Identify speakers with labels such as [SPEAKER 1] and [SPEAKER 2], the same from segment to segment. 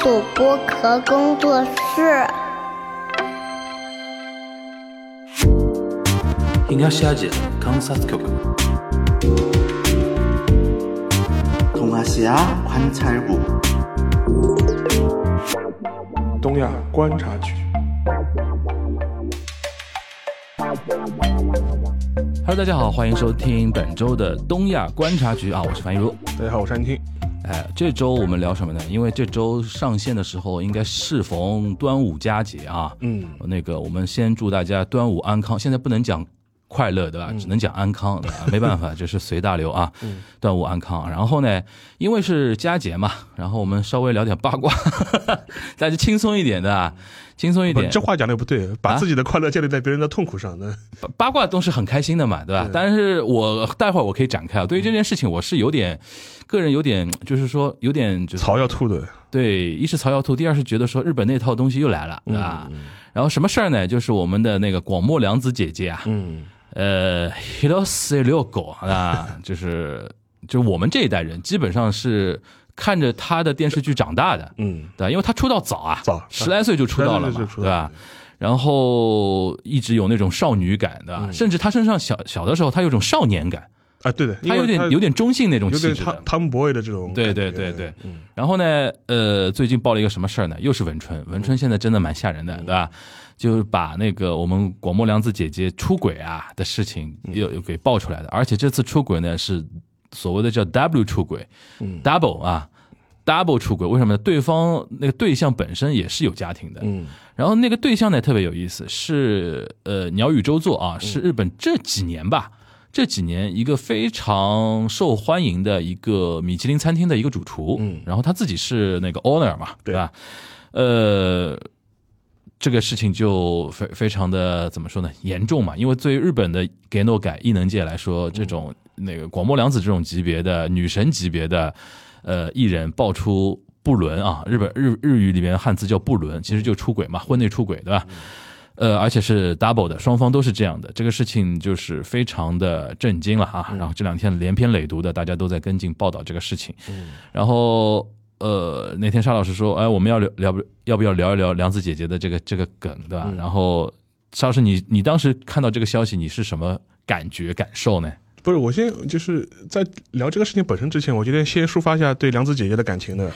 [SPEAKER 1] 主播壳工作室。
[SPEAKER 2] 東アジア観察局
[SPEAKER 3] 동아시아관찰국
[SPEAKER 4] 东亚观察局。
[SPEAKER 5] Hello，大家
[SPEAKER 4] 嗯
[SPEAKER 5] 好，欢迎收听本周的东亚观察局啊，我是樊一茹。
[SPEAKER 4] 大家好，我是安青。
[SPEAKER 5] 哎，这周我们聊什么呢？因为这周上线的时候应该适逢端午佳节啊，
[SPEAKER 4] 嗯，
[SPEAKER 5] 那个我们先祝大家端午安康。现在不能讲快乐，对吧？
[SPEAKER 4] 嗯
[SPEAKER 5] 只能讲安康，对吧没 办法，这是随大流啊。端午安康。啊然后呢，因为是佳节嘛，然后我们稍微聊点八卦， 大家轻松一点的啊，轻松一
[SPEAKER 4] 不
[SPEAKER 5] 点。
[SPEAKER 4] 这话讲的不对，把自己的快乐建立在别人的痛苦上呢。
[SPEAKER 5] 八八卦都是很开心的嘛，对吧？但是我待会儿我可以展开啊。对于这件事情，我是有点，个人有点，就是说有点就是
[SPEAKER 4] 槽要吐的，
[SPEAKER 5] 对，一是曹瑶图，第二是觉得说日本那套东西又来了，对吧？然后什么事儿呢？就是我们的那个广末凉子姐姐啊，
[SPEAKER 4] 嗯，
[SPEAKER 5] 呃，Hirose 遛狗啊，就是就我们这一代人基本上是看着她的电视剧长大的，
[SPEAKER 4] 嗯，
[SPEAKER 5] 对吧，因为她出道早啊，
[SPEAKER 4] 早
[SPEAKER 5] 十来岁就出道了
[SPEAKER 4] 十来岁
[SPEAKER 5] 嘛
[SPEAKER 4] 就，出
[SPEAKER 5] 对
[SPEAKER 4] 道
[SPEAKER 5] 吧？然后一直有那种少女感的，
[SPEAKER 4] 嗯
[SPEAKER 5] 甚至她身上小小的时候，她有种少年感，
[SPEAKER 4] 啊，对的，因
[SPEAKER 5] 她
[SPEAKER 4] 为
[SPEAKER 5] 有点有点中性那种
[SPEAKER 4] 有
[SPEAKER 5] 气
[SPEAKER 4] 点
[SPEAKER 5] 质
[SPEAKER 4] 汤
[SPEAKER 5] 的。
[SPEAKER 4] 汤姆博伟的这种感
[SPEAKER 5] 对
[SPEAKER 4] 觉，
[SPEAKER 5] 对对对
[SPEAKER 4] 嗯，
[SPEAKER 5] 然后呢，呃，最近爆了一个什么事儿呢？又是文春，文春现在真的蛮吓人
[SPEAKER 4] 嗯
[SPEAKER 5] 的，对吧？就是把那个我们广末凉子姐姐出轨啊的事情
[SPEAKER 4] 嗯
[SPEAKER 5] 又又给爆出来的，而且这次出轨呢是所谓的叫 W 出轨，double
[SPEAKER 4] 嗯
[SPEAKER 5] 啊，double 出轨，为什么呢？对方那个对象本身也是有家庭的，
[SPEAKER 4] 嗯，
[SPEAKER 5] 然后那个对象呢特别有意思，是呃鸟语周作
[SPEAKER 4] 嗯
[SPEAKER 5] 啊，是日本这几年吧，这几年一个非常受欢迎的一个米其林餐厅的一个主厨，嗯，然后他自己是那个 owner 嘛，对吧？呃，这个事情就非非常的怎么说呢，严重嘛，因为对于日本的给诺改艺能界来说，这种那个广末凉子这种级别的女神级别的呃艺人爆出不伦啊，日本日日语里面汉字叫不伦，其实就出轨嘛，婚内出轨，对吧？呃，而且是 double 的，双方都是这样的，这个事情就是非常的震惊了啊。然后这两天连篇累牍的，大家都在跟进报道这个事情。然后呃，那天沙老师说，哎，我们要聊聊不要不要聊一聊梁子姐姐的这个这个梗，对吧？然后沙老师，你你当时看到这个消息，你是什么感觉感受呢？
[SPEAKER 4] 不是，我先就是在聊这个事情本身之前，我觉得先抒发一下对梁子姐姐的感 情的，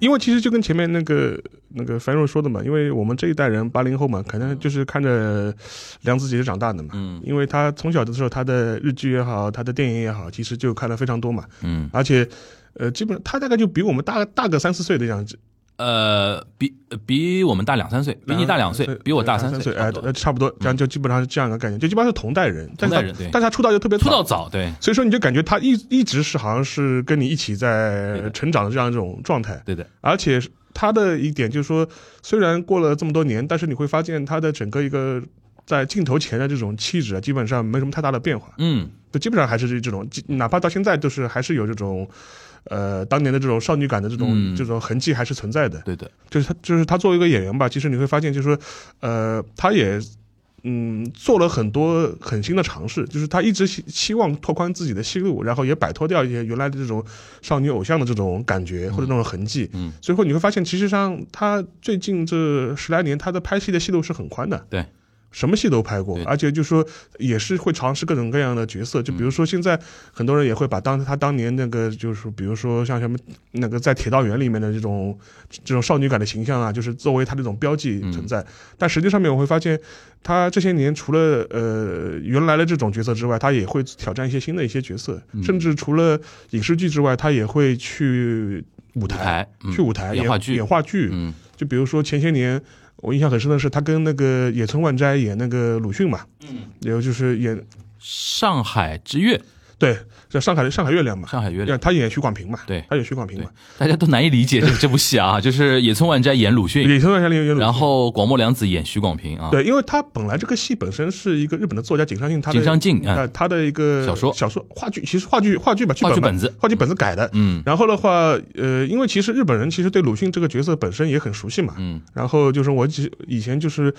[SPEAKER 4] 因为其实就跟前面那个那个樊若说的嘛，因为我们这一代人八零后嘛，可能就是看着梁子姐姐长大的嘛，嗯，因为她从小的时候，她的日剧也好，她的电影也好，其实就看了非常多嘛，
[SPEAKER 5] 嗯，
[SPEAKER 4] 而且。呃，基本上她大概就比我们大大个三四岁的样子，
[SPEAKER 5] 呃，比比我们大两三岁，比你大两岁，比我大
[SPEAKER 4] 三
[SPEAKER 5] 岁，
[SPEAKER 4] 哎
[SPEAKER 5] 差不，多嗯
[SPEAKER 4] 呃差不多，这样就基本上是这样一个概念，就基本上是同代人，但是
[SPEAKER 5] 同代
[SPEAKER 4] 她
[SPEAKER 5] 人对
[SPEAKER 4] 但是她出道就特别
[SPEAKER 5] 出道
[SPEAKER 4] 早。
[SPEAKER 5] 早，对，
[SPEAKER 4] 所以说你就感觉他一一直是好像是跟你一起
[SPEAKER 5] 对的
[SPEAKER 4] 在成长的这样一种状态，
[SPEAKER 5] 对的，
[SPEAKER 4] 而且他的一点就是说，虽然过了这么多年，但是你会发现他的整个一个在镜头前的这种气质啊，基本上没什么太大的变化，
[SPEAKER 5] 嗯，
[SPEAKER 4] 就基本上还是这种，哪怕到现在都是还是有这种。呃，当年的这种少女感的这种、
[SPEAKER 5] 嗯
[SPEAKER 4] 这种痕迹还是存在的，
[SPEAKER 5] 对的，
[SPEAKER 4] 就是他就是他作为一个演员吧，其实你会发现，就是说，呃，他也嗯做了很多很新的尝试，就是他一直希希望拓宽自己的戏路，然后也摆脱掉一些原来的这种少女偶像的这种感觉或者那种痕迹。
[SPEAKER 5] 嗯，
[SPEAKER 4] 所以说你会发现，其实上他最近这十来年，他的拍戏的戏路是很宽的。
[SPEAKER 5] 对。
[SPEAKER 4] 什么戏都拍过
[SPEAKER 5] 对，嗯
[SPEAKER 4] 而且就说也是会尝试各种各样的角色，就比如说现在很多人也会把当他当年那个就是比如说像什么那个在铁道员里面的这种这种少女感的形象啊，就是作为他这种标记存在。
[SPEAKER 5] 嗯
[SPEAKER 4] 但实际上面我会发现，他这些年除了呃原来的这种角色之外，他也会挑战一些新的一些角色，
[SPEAKER 5] 嗯
[SPEAKER 4] 甚至除了影视剧之外，他也会去舞
[SPEAKER 5] 舞
[SPEAKER 4] 台。
[SPEAKER 5] 台，嗯
[SPEAKER 4] 去舞台
[SPEAKER 5] 演话剧，
[SPEAKER 4] 演话剧，
[SPEAKER 5] 嗯
[SPEAKER 4] 就比如说前些年，我印象很深的是他跟那个野村万斋演那个鲁迅嘛，嗯，然后就是演
[SPEAKER 5] 上海之月，
[SPEAKER 4] 对，在上海的上海月亮嘛，
[SPEAKER 5] 上海月亮，
[SPEAKER 4] 让他演许广平嘛，
[SPEAKER 5] 对
[SPEAKER 4] 他演许广平
[SPEAKER 5] 对
[SPEAKER 4] 嘛，，
[SPEAKER 5] 大家都难以理解这这部 戏啊，就是野村万斋演鲁迅，
[SPEAKER 4] 野村万斋演演鲁迅
[SPEAKER 5] 然后广末凉子演徐广平啊，
[SPEAKER 4] 对，因为他本来这个戏本身是一个日本的作家井上信他的
[SPEAKER 5] 井上靖嗯
[SPEAKER 4] 呃他的一个
[SPEAKER 5] 小说
[SPEAKER 4] 小说话剧，其实话剧话剧吧，剧
[SPEAKER 5] 话剧
[SPEAKER 4] 本吧
[SPEAKER 5] 本子
[SPEAKER 4] 话剧本子改的。
[SPEAKER 5] 嗯
[SPEAKER 4] 然后的话，呃，因为其实日本人其实对鲁迅这个角色本身也很熟悉嘛。
[SPEAKER 5] 嗯，
[SPEAKER 4] 然后就是我以以前就是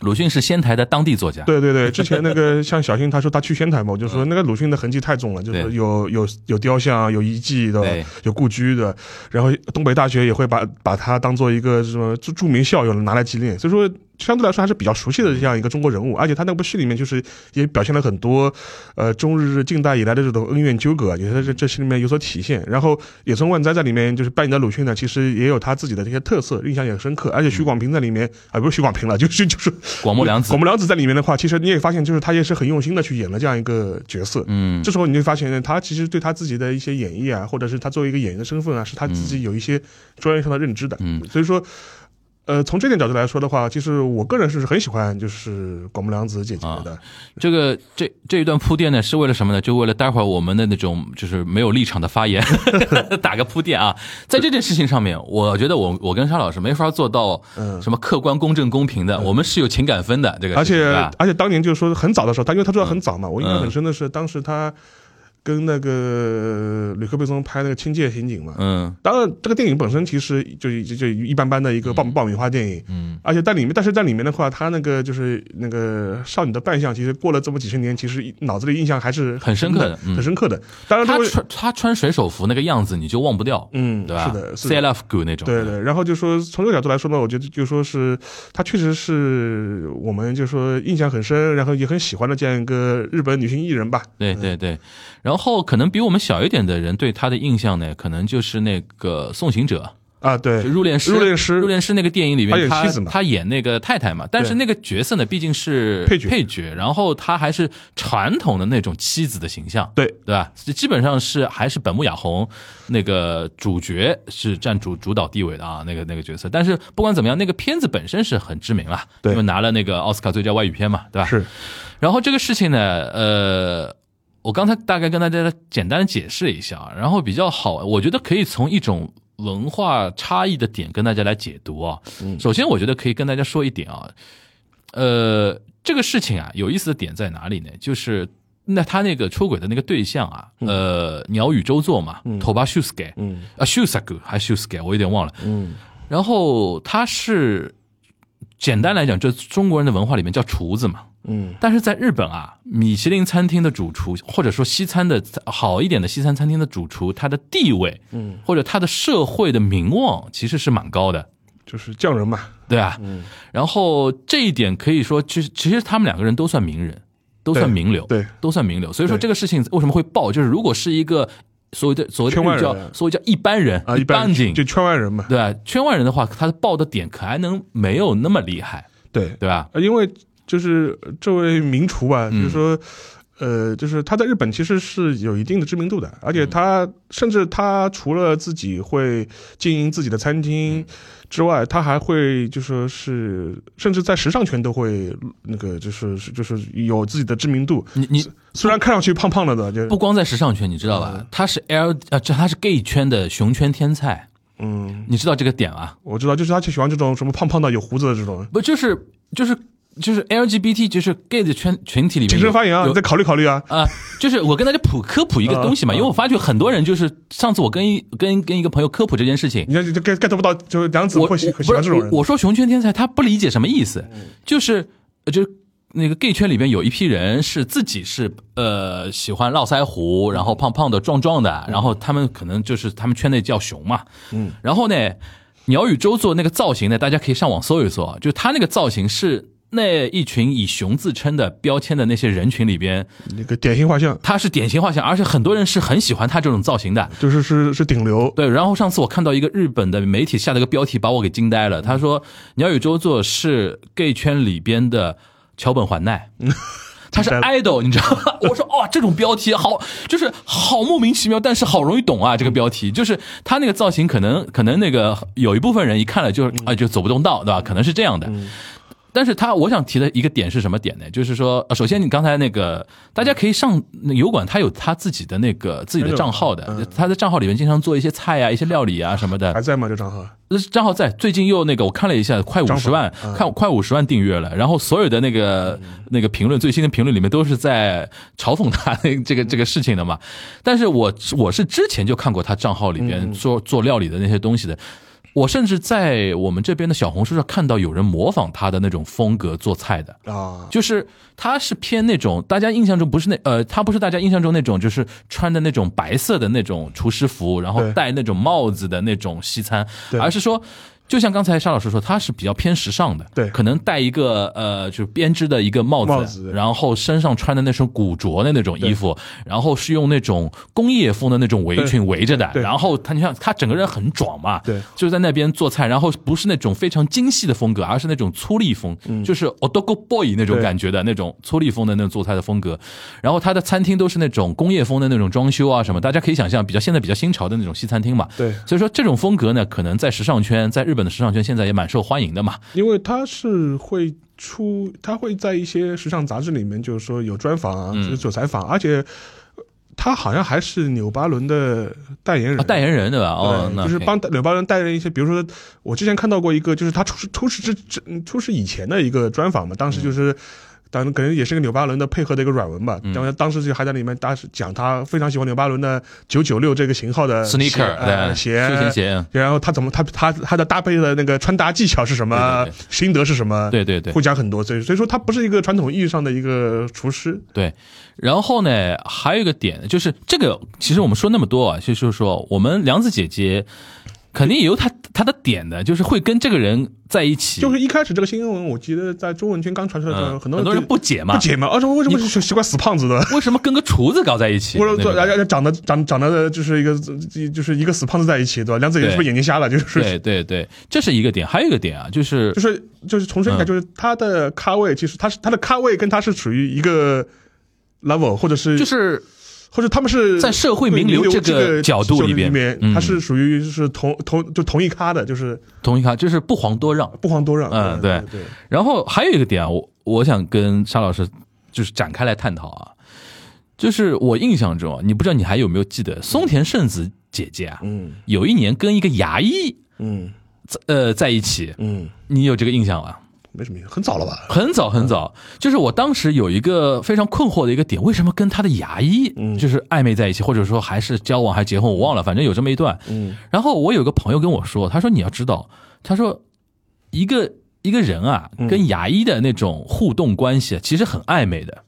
[SPEAKER 5] 鲁迅是仙台的当地作家，
[SPEAKER 4] 对对对，之前那个像小新他说他去仙台嘛，我就说那个鲁迅的痕迹太种了，就
[SPEAKER 6] 嗯
[SPEAKER 4] 是
[SPEAKER 6] 对
[SPEAKER 4] 有有有雕像、有遗迹的
[SPEAKER 6] 对、
[SPEAKER 4] 有故居的。然后东北大学也会把把它当做一个什么著著名校友拿来纪念，所以说相对来说还是比较熟悉的这样一个中国人物。而且他那部戏里面就是也表现了很多呃中日近代以来的这种恩怨纠葛，也在这这戏里面有所体现。然后野村万斋在里面就是扮演的鲁迅呢，其实也有他自己的这些特色，印象也很深刻。而且许广平在里面啊，不是许广平了，就是 就是
[SPEAKER 5] 广末凉子
[SPEAKER 4] 广，末凉子在里面的话，其实你也发现，就是他也是很用心的去演了这样一个角色。
[SPEAKER 5] 嗯
[SPEAKER 4] 这时候你就发现，他其实对他自己的一些演绎啊，或者是他作为一个演员的身份啊，是他自己有一些专业上的认知的。
[SPEAKER 5] 嗯，
[SPEAKER 4] 所以说，呃，从这点角度来说的话，其实我个人是很喜欢就是广木凉子姐姐的。
[SPEAKER 5] 啊这个这这一段铺垫呢，是为了什么呢？就为了待会儿我们的那种就是没有立场 的发言打个铺垫啊。在这件事情上面，我觉得我我跟沙老师没法做到
[SPEAKER 4] 嗯
[SPEAKER 5] 什么客观、公正、公平的，我们是有情感分的。这个啊
[SPEAKER 4] 而
[SPEAKER 5] 事情
[SPEAKER 4] 且
[SPEAKER 5] 对吧
[SPEAKER 4] 而且当年就是说很早的时候，他因为他出道很早嘛，我印象
[SPEAKER 5] 嗯
[SPEAKER 4] 很深的是当时他跟那个吕克贝松拍那个《清界刑警》嘛，
[SPEAKER 5] 嗯
[SPEAKER 4] 当然，这个电影本身其实就就就一般般的一个爆爆米花电影，
[SPEAKER 5] 嗯，
[SPEAKER 4] 而且在里面，但是在里面的话，他那个就是那个少女的扮相，其实过了这么几十年，其实一脑子里印象还是
[SPEAKER 5] 很深刻的嗯
[SPEAKER 4] 很深刻的。当然，
[SPEAKER 5] 他
[SPEAKER 4] 这个
[SPEAKER 5] 穿他穿水手服那个样子，你就忘不掉，
[SPEAKER 4] 嗯，
[SPEAKER 5] 对吧？
[SPEAKER 4] 是的，是
[SPEAKER 5] s a
[SPEAKER 4] 的
[SPEAKER 5] l o v e good 那种，
[SPEAKER 4] 对对，然后就说从这个角度来说呢，我觉得就说是她确实是我们就说印象很深，然后也很喜欢的这样一个日本女性艺人吧。
[SPEAKER 5] 对对对，然后可能比我们小一点的人对他的印象呢，可能就是那个《送行者
[SPEAKER 4] 啊，》对
[SPEAKER 5] 就，入殓师，
[SPEAKER 4] 入殓师
[SPEAKER 5] 入殓师那个电影里
[SPEAKER 4] 他
[SPEAKER 5] 面，
[SPEAKER 4] 演
[SPEAKER 5] 他
[SPEAKER 4] 妻子嘛
[SPEAKER 5] 他演那个太太嘛，但是
[SPEAKER 4] 对
[SPEAKER 5] 那个角色呢，毕竟是
[SPEAKER 4] 配角
[SPEAKER 5] 配角，然后他还是传统的那种妻子的形象，
[SPEAKER 4] 对
[SPEAKER 5] 对吧？基本上是还是本木雅弘那个主角是占主主导地位的啊，那个那个角色。但是不管怎么样，那个片子本身是很知名啦，
[SPEAKER 4] 对
[SPEAKER 5] 因为拿了那个奥斯卡最佳外语片嘛，对吧？
[SPEAKER 4] 是，
[SPEAKER 5] 然后这个事情呢，呃，我刚才大概跟大家简单解释了一下啊，然后比较好，我觉得可以从一种文化差异的点跟大家来解读啊。
[SPEAKER 4] 嗯
[SPEAKER 5] 首先，我觉得可以跟大家说一点啊，呃，这个事情啊，有意思的点在哪里呢？就是那他那个出轨的那个对象啊，呃，鸟语周作嘛，Toba s h u s k
[SPEAKER 4] 嗯
[SPEAKER 5] 啊 s h u s a g 还是 s h u s k 我有点忘了。
[SPEAKER 4] 嗯
[SPEAKER 5] 然后他是简单来讲，这中国人的文化里面叫厨子嘛，
[SPEAKER 4] 嗯
[SPEAKER 5] 但是在日本啊，米其林餐厅的主厨，或者说西餐的好一点的西餐餐厅的主厨，他的地位，
[SPEAKER 4] 嗯，
[SPEAKER 5] 或者他的社会的名望，其实是蛮高的，
[SPEAKER 4] 就是匠人嘛，
[SPEAKER 5] 对吧？嗯。然后这一点可以说，其实其实他们两个人都算名人，都算名流，
[SPEAKER 4] 对
[SPEAKER 5] 都算名流。所以说
[SPEAKER 4] 对
[SPEAKER 5] 这个事情为什么会爆，就是如果是一个所谓的所谓
[SPEAKER 4] 圈外人
[SPEAKER 5] 的叫所谓叫一般人
[SPEAKER 4] 啊，
[SPEAKER 5] 一
[SPEAKER 4] 一般
[SPEAKER 5] 般人，
[SPEAKER 4] 就圈外人嘛，
[SPEAKER 5] 对吧？圈外人的话，他爆的点可还能没有那么厉害，
[SPEAKER 4] 对。
[SPEAKER 5] 对吧？
[SPEAKER 4] 呃，因为就是呃这位名厨吧，就
[SPEAKER 5] 嗯
[SPEAKER 4] 是说，呃，就是他在日本其实是有一定的知名度的，而且
[SPEAKER 5] 嗯
[SPEAKER 4] 他甚至他除了自己会经营自己的餐厅
[SPEAKER 5] 嗯
[SPEAKER 4] 之外，他还会就说是甚至在时尚圈都会那个就是是就是有自己的知名度。
[SPEAKER 5] 你你
[SPEAKER 4] 虽然看上去胖胖的的，就
[SPEAKER 5] 不光在时尚圈，你知道吧？他是 L 啊，这他是 gay 圈的熊圈天才，
[SPEAKER 4] 嗯，
[SPEAKER 5] 你知道这个点吧？
[SPEAKER 4] 我知道，就是他就喜欢这种什么胖胖的有胡子的这种。
[SPEAKER 5] 不就是就是就是 LGBT 就是 gay 的圈群体里面
[SPEAKER 4] 谨慎发言啊，
[SPEAKER 5] 有
[SPEAKER 4] 你再考虑考虑啊。
[SPEAKER 5] 啊、就是我跟大家普科普一个东西
[SPEAKER 4] 嗯
[SPEAKER 5] 嘛，因为我发觉很多人就是上次我跟一跟跟一个朋友科普这件事情，
[SPEAKER 4] 你看，就 get get 不到，就是梁子
[SPEAKER 5] 我
[SPEAKER 4] 会喜
[SPEAKER 5] 我
[SPEAKER 4] 会喜欢
[SPEAKER 5] 不是
[SPEAKER 4] 这种人。嗯
[SPEAKER 5] 我我说熊圈天才，他不理解什么意思，就是呃就是那个 gay 圈里边有一批人是自己是呃喜欢络腮胡，然后胖胖的、壮壮的，然后他们可能就是他们圈内叫熊嘛。嗯，然后呢，鸟语周做那个造型呢，大家可以上网搜一搜啊，就他那个造型是。那一群以熊自称的标签的那些人群里边，
[SPEAKER 4] 那个典型画像，
[SPEAKER 5] 他是典型画像，而且很多人是很喜欢他这种造型的。
[SPEAKER 4] 就是是是顶流。
[SPEAKER 5] 对，然后上次我看到一个日本的媒体下了个标题，把我给惊呆了。他说鸟语周作是 gay 圈里边的桥本环奈。他是
[SPEAKER 4] 惊呆
[SPEAKER 5] idol，你知道吗？我说哦，这种标题好，就是好莫名其妙，但是好容易懂啊。这个标题就是他那个造型，可能可能那个有一部分人一看了就是啊、就走不动道，对吧？可能是这样的。但是他我想提的一个点是什么点呢？就是说，呃首先你刚才那个，大家可以上那油管，他有他自己的那个自己的账号的，他在账号里面经常做一些菜啊、一些料理啊什么的
[SPEAKER 4] 还。在吗？这账号？
[SPEAKER 5] 账号呃在最近又那个，我看了一下，快五十万，看快五十万订阅了。然后所有的那个那个评论，最新的评论里面都是在嘲讽他那这个这个事情的嘛。但是我我是之前就看过他账号里边做做料理的那些东西的。我甚至在我们这边的小红书上看到有人模仿他的那种风格做菜的，
[SPEAKER 4] 啊，
[SPEAKER 5] 就是他是偏那种大家印象中不是那呃，他不是大家印象中那种就是穿的那种白色的那种厨师服，然后
[SPEAKER 4] 对
[SPEAKER 5] 戴那种帽子的那种西餐，
[SPEAKER 4] 对
[SPEAKER 5] 而是说。就像刚才沙老师说，他是比较偏时尚的，
[SPEAKER 4] 对
[SPEAKER 5] 可能戴一个呃，就是编织的一个帽子，
[SPEAKER 4] 帽子
[SPEAKER 5] 然后身上穿的那身古着的那种衣服，然后是用那种工业风的那种围裙围着的，
[SPEAKER 4] 对
[SPEAKER 5] 然后他你像他整个人很壮嘛，
[SPEAKER 4] 对
[SPEAKER 5] 就在那边做菜，然后不是那种非常精细的风格，而是那种粗粝风，
[SPEAKER 4] 嗯
[SPEAKER 5] 就是 o d o g o boy 那种
[SPEAKER 4] 对
[SPEAKER 5] 感觉的那种粗粝风的那种做菜的风格。然后他的餐厅都是那种工业风的那种装修啊什么，大家可以想象，比较现在比较新潮的那种西餐厅嘛。
[SPEAKER 4] 对
[SPEAKER 5] 所以说这种风格呢，可能在时尚圈，在日本的时尚圈现在也蛮受欢迎的嘛。
[SPEAKER 4] 因为他是会出，他会在一些时尚杂志里面，就是说有专访啊，
[SPEAKER 5] 嗯
[SPEAKER 4] 就是有采访，而且他好像还是纽巴伦的代言人。
[SPEAKER 5] 啊，代言人对吧？哦，
[SPEAKER 4] 对，
[SPEAKER 5] 那
[SPEAKER 4] 就是
[SPEAKER 5] 可以
[SPEAKER 4] 帮纽巴伦代言一些，比如说，我之前看到过一个，就是他出事出事之之出事以前的一个专访嘛，当时就是。当然，可能也是个纽巴伦的配合的一个软文吧。当
[SPEAKER 5] 嗯
[SPEAKER 4] 然，当时就还在里面，当时讲他非常喜欢纽巴伦的九九六这个型号的鞋
[SPEAKER 5] sneaker
[SPEAKER 4] 呃
[SPEAKER 5] 对
[SPEAKER 4] 鞋
[SPEAKER 5] 休闲鞋，
[SPEAKER 4] 然后他怎么他他他的搭配的那个穿搭技巧是什么，
[SPEAKER 5] 对对
[SPEAKER 4] 心得是什么，
[SPEAKER 5] 对对对
[SPEAKER 4] 会讲很多。所以所以说，他不是一个传统意义上的一个厨师，
[SPEAKER 5] 对，然后呢，还有一个点就是这个，其实我们说那么多啊，就是说我们梁子姐姐肯定也有她她的点的，就是会跟这个人在一起，
[SPEAKER 4] 就是一开始这个新闻，我记得在中文圈刚传出来的时候，
[SPEAKER 5] 嗯
[SPEAKER 4] 很多
[SPEAKER 5] 很多人
[SPEAKER 4] 就
[SPEAKER 5] 不解嘛
[SPEAKER 4] 不解嘛，而且为什么是喜欢死胖子的？
[SPEAKER 5] 为什么跟个厨子搞在一起？
[SPEAKER 4] 或者
[SPEAKER 5] 那
[SPEAKER 4] 说，
[SPEAKER 5] 种
[SPEAKER 4] 然后长得长长得就是一个就是一个死胖子在一起，对吧？梁子颖是不是眼睛瞎了？就是
[SPEAKER 5] 对对对，这是一个点，还有一个点啊，就是
[SPEAKER 4] 就是就是重申一下，
[SPEAKER 5] 嗯
[SPEAKER 4] 就是他的咖位，其实他是他的咖位跟他是处于一个 level，或者是
[SPEAKER 5] 就是
[SPEAKER 4] 或者他们是
[SPEAKER 5] 在社会
[SPEAKER 4] 对
[SPEAKER 5] 名流
[SPEAKER 4] 这
[SPEAKER 5] 这个角度
[SPEAKER 4] 里
[SPEAKER 5] 里边嗯
[SPEAKER 4] 他是属于是同同就同一咖的，就是
[SPEAKER 5] 同一卡，就是不遑多让。
[SPEAKER 4] 不遑多让。
[SPEAKER 5] 嗯
[SPEAKER 4] 对
[SPEAKER 5] 对然后还有一个点啊，我我想跟沙老师就是展开来探讨啊，就是我印象中啊，你不知道你还有没有记得松田圣子姐姐啊，
[SPEAKER 4] 嗯
[SPEAKER 5] 有一年跟一个牙医
[SPEAKER 4] 嗯
[SPEAKER 5] 在呃在一起，
[SPEAKER 4] 嗯，
[SPEAKER 5] 你有这个印象吗？
[SPEAKER 4] 没什么意思，很早了吧？
[SPEAKER 5] 很早很早，就是我当时有一个非常困惑的一个点，为什么跟他的牙医
[SPEAKER 4] 嗯
[SPEAKER 5] 就是暧昧在一起，或者说还是交往还结婚，我忘了，反正有这么一段。
[SPEAKER 4] 嗯
[SPEAKER 5] 然后我有个朋友跟我说，他说你要知道，他说一个一个人啊，
[SPEAKER 4] 嗯
[SPEAKER 5] 跟牙医的那种互动关系啊其实很暧昧的。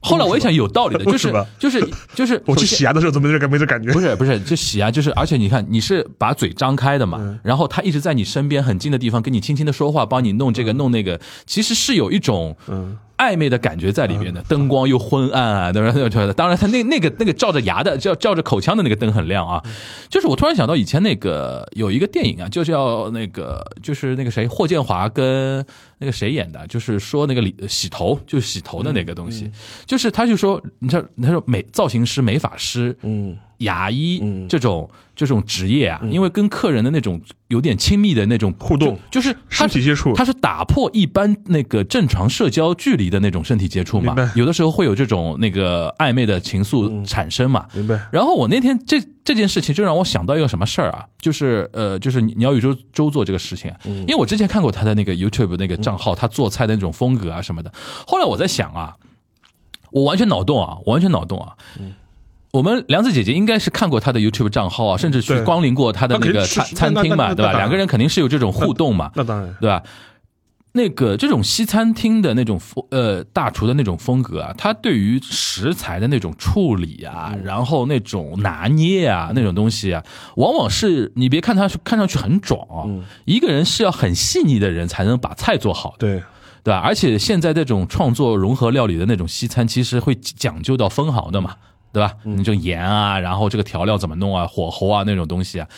[SPEAKER 5] 后来我一想，有道理的，就
[SPEAKER 4] 为什
[SPEAKER 5] 是
[SPEAKER 4] 么
[SPEAKER 5] 就是就是，
[SPEAKER 4] 我
[SPEAKER 5] 首
[SPEAKER 4] 去
[SPEAKER 5] 先
[SPEAKER 4] 洗牙的时候怎么这个没这感觉？
[SPEAKER 5] 不是不是，就洗啊，就是而且你看，你是把嘴张开的嘛
[SPEAKER 4] 嗯，
[SPEAKER 5] 然后他一直在你身边很近的地方跟你轻轻的说话，帮你弄这个弄那个，其实是有一种
[SPEAKER 4] 嗯
[SPEAKER 5] 暧昧的感觉在里边的，灯光又昏暗啊，对吧？对吧当然，他那那个那个照着牙的，照照着口腔的那个灯很亮
[SPEAKER 4] 嗯
[SPEAKER 5] 啊。就是我突然想到以前那个有一个电影啊，就叫那个就是那个谁霍建华跟那个谁演的，就是说那个理洗头就是洗头的那个东
[SPEAKER 4] 嗯
[SPEAKER 5] 西，就是他就说，你知道他说美造型师、美发师，
[SPEAKER 4] 嗯
[SPEAKER 5] 牙医
[SPEAKER 4] 嗯
[SPEAKER 5] 这种这种职业啊，因为跟客人的那种有点亲密的那种
[SPEAKER 4] 互动
[SPEAKER 5] 就就是他
[SPEAKER 4] 身体接触
[SPEAKER 5] 他是打破一般那个正常社交距离的那种身体接触
[SPEAKER 4] 明
[SPEAKER 5] 嘛
[SPEAKER 4] 白，嗯
[SPEAKER 5] 有的时候会有这种那个暧昧的情愫产生嘛。
[SPEAKER 4] 明白。
[SPEAKER 5] 然后我那天这这件事情就让我想到一个什么事儿啊，就是呃，就是鸟语周周做这个事情啊，
[SPEAKER 4] 嗯
[SPEAKER 5] 因为我之前看过他的那个 YouTube 那个账号，他做菜的那种风格啊什么的。后来我在想啊，我完全脑洞啊，我完全脑洞啊。
[SPEAKER 4] 嗯
[SPEAKER 5] 我们梁子姐姐应该是看过他的 YouTube 账号啊，甚至去
[SPEAKER 4] 对
[SPEAKER 5] 光临过他的那
[SPEAKER 4] 那肯
[SPEAKER 5] 个
[SPEAKER 4] 定
[SPEAKER 5] 餐
[SPEAKER 4] 是
[SPEAKER 5] 餐
[SPEAKER 4] 那
[SPEAKER 5] 厅
[SPEAKER 4] 那
[SPEAKER 5] 嘛，
[SPEAKER 4] 那
[SPEAKER 5] 对吧？
[SPEAKER 4] 那当然
[SPEAKER 5] 两个人肯定是有这种互动嘛。
[SPEAKER 4] 那当然，
[SPEAKER 5] 对吧？那个这种西餐厅的那种风，呃，大厨的那种风格啊，他对于食材的那种处理啊，然后那种拿捏啊，那种东西啊，往往是你别看他看上去很壮啊，一个人是要很细腻的人才能把菜做好的，
[SPEAKER 4] 对
[SPEAKER 5] 对吧？而且现在这种创作融合料理的那种西餐，其实会讲究到分毫的嘛，对吧？你这个盐啊，然后这个调料怎么弄啊，火候啊那种东西啊，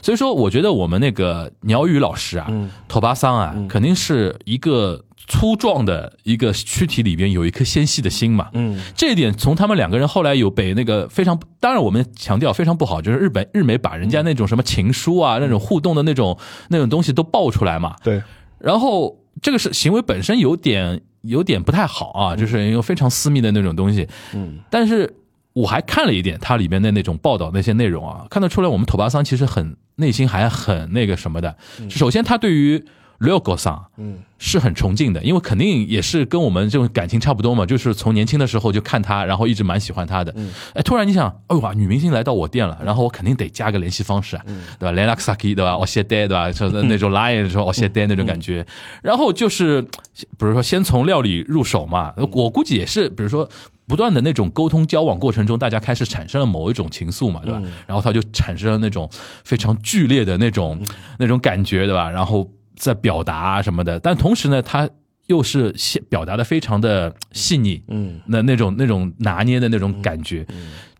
[SPEAKER 5] 所以说我觉得我们那个鸟语老师啊，头巴桑啊，肯定是一个粗壮的一个躯体里边有一颗纤细的心嘛，嗯，这一点从他们两个人后来有被那个非常，当然我们强调非常不好，就是日本日美把人家那种什么情书啊，那种互动的那种那种东西都爆出来嘛，
[SPEAKER 4] 对，
[SPEAKER 5] 然后这个是行为本身有点有点不太好啊，就是因为非常私密的那种东西。嗯，但是我还看了一点它里面的那种报道那些内容啊，看得出来我们头巴桑其实很内心还很那个什么的。首先，他对于六狗桑，嗯，是很崇敬的，因为肯定也是跟我们这种感情差不多嘛，就是从年轻的时候就看她，然后一直蛮喜欢她的。哎，突然你想，哎呦哇，女明星来到我店了，然后我肯定得加个联系方式啊，对吧？联络 Saki 对吧？我谢呆对吧？就是那种 line 说我谢呆那种感觉。然后就是，比如说先从料理入手嘛，我估计也是，比如说。不断的那种沟通交往过程中，大家开始产生了某一种情愫嘛，对吧？然后他就产生了那种非常剧烈的那种、那种感觉，对吧？然后在表达啊什么的，但同时呢，他又是细表达的非常的细腻，
[SPEAKER 4] 嗯，
[SPEAKER 5] 那那种那种拿捏的那种感觉。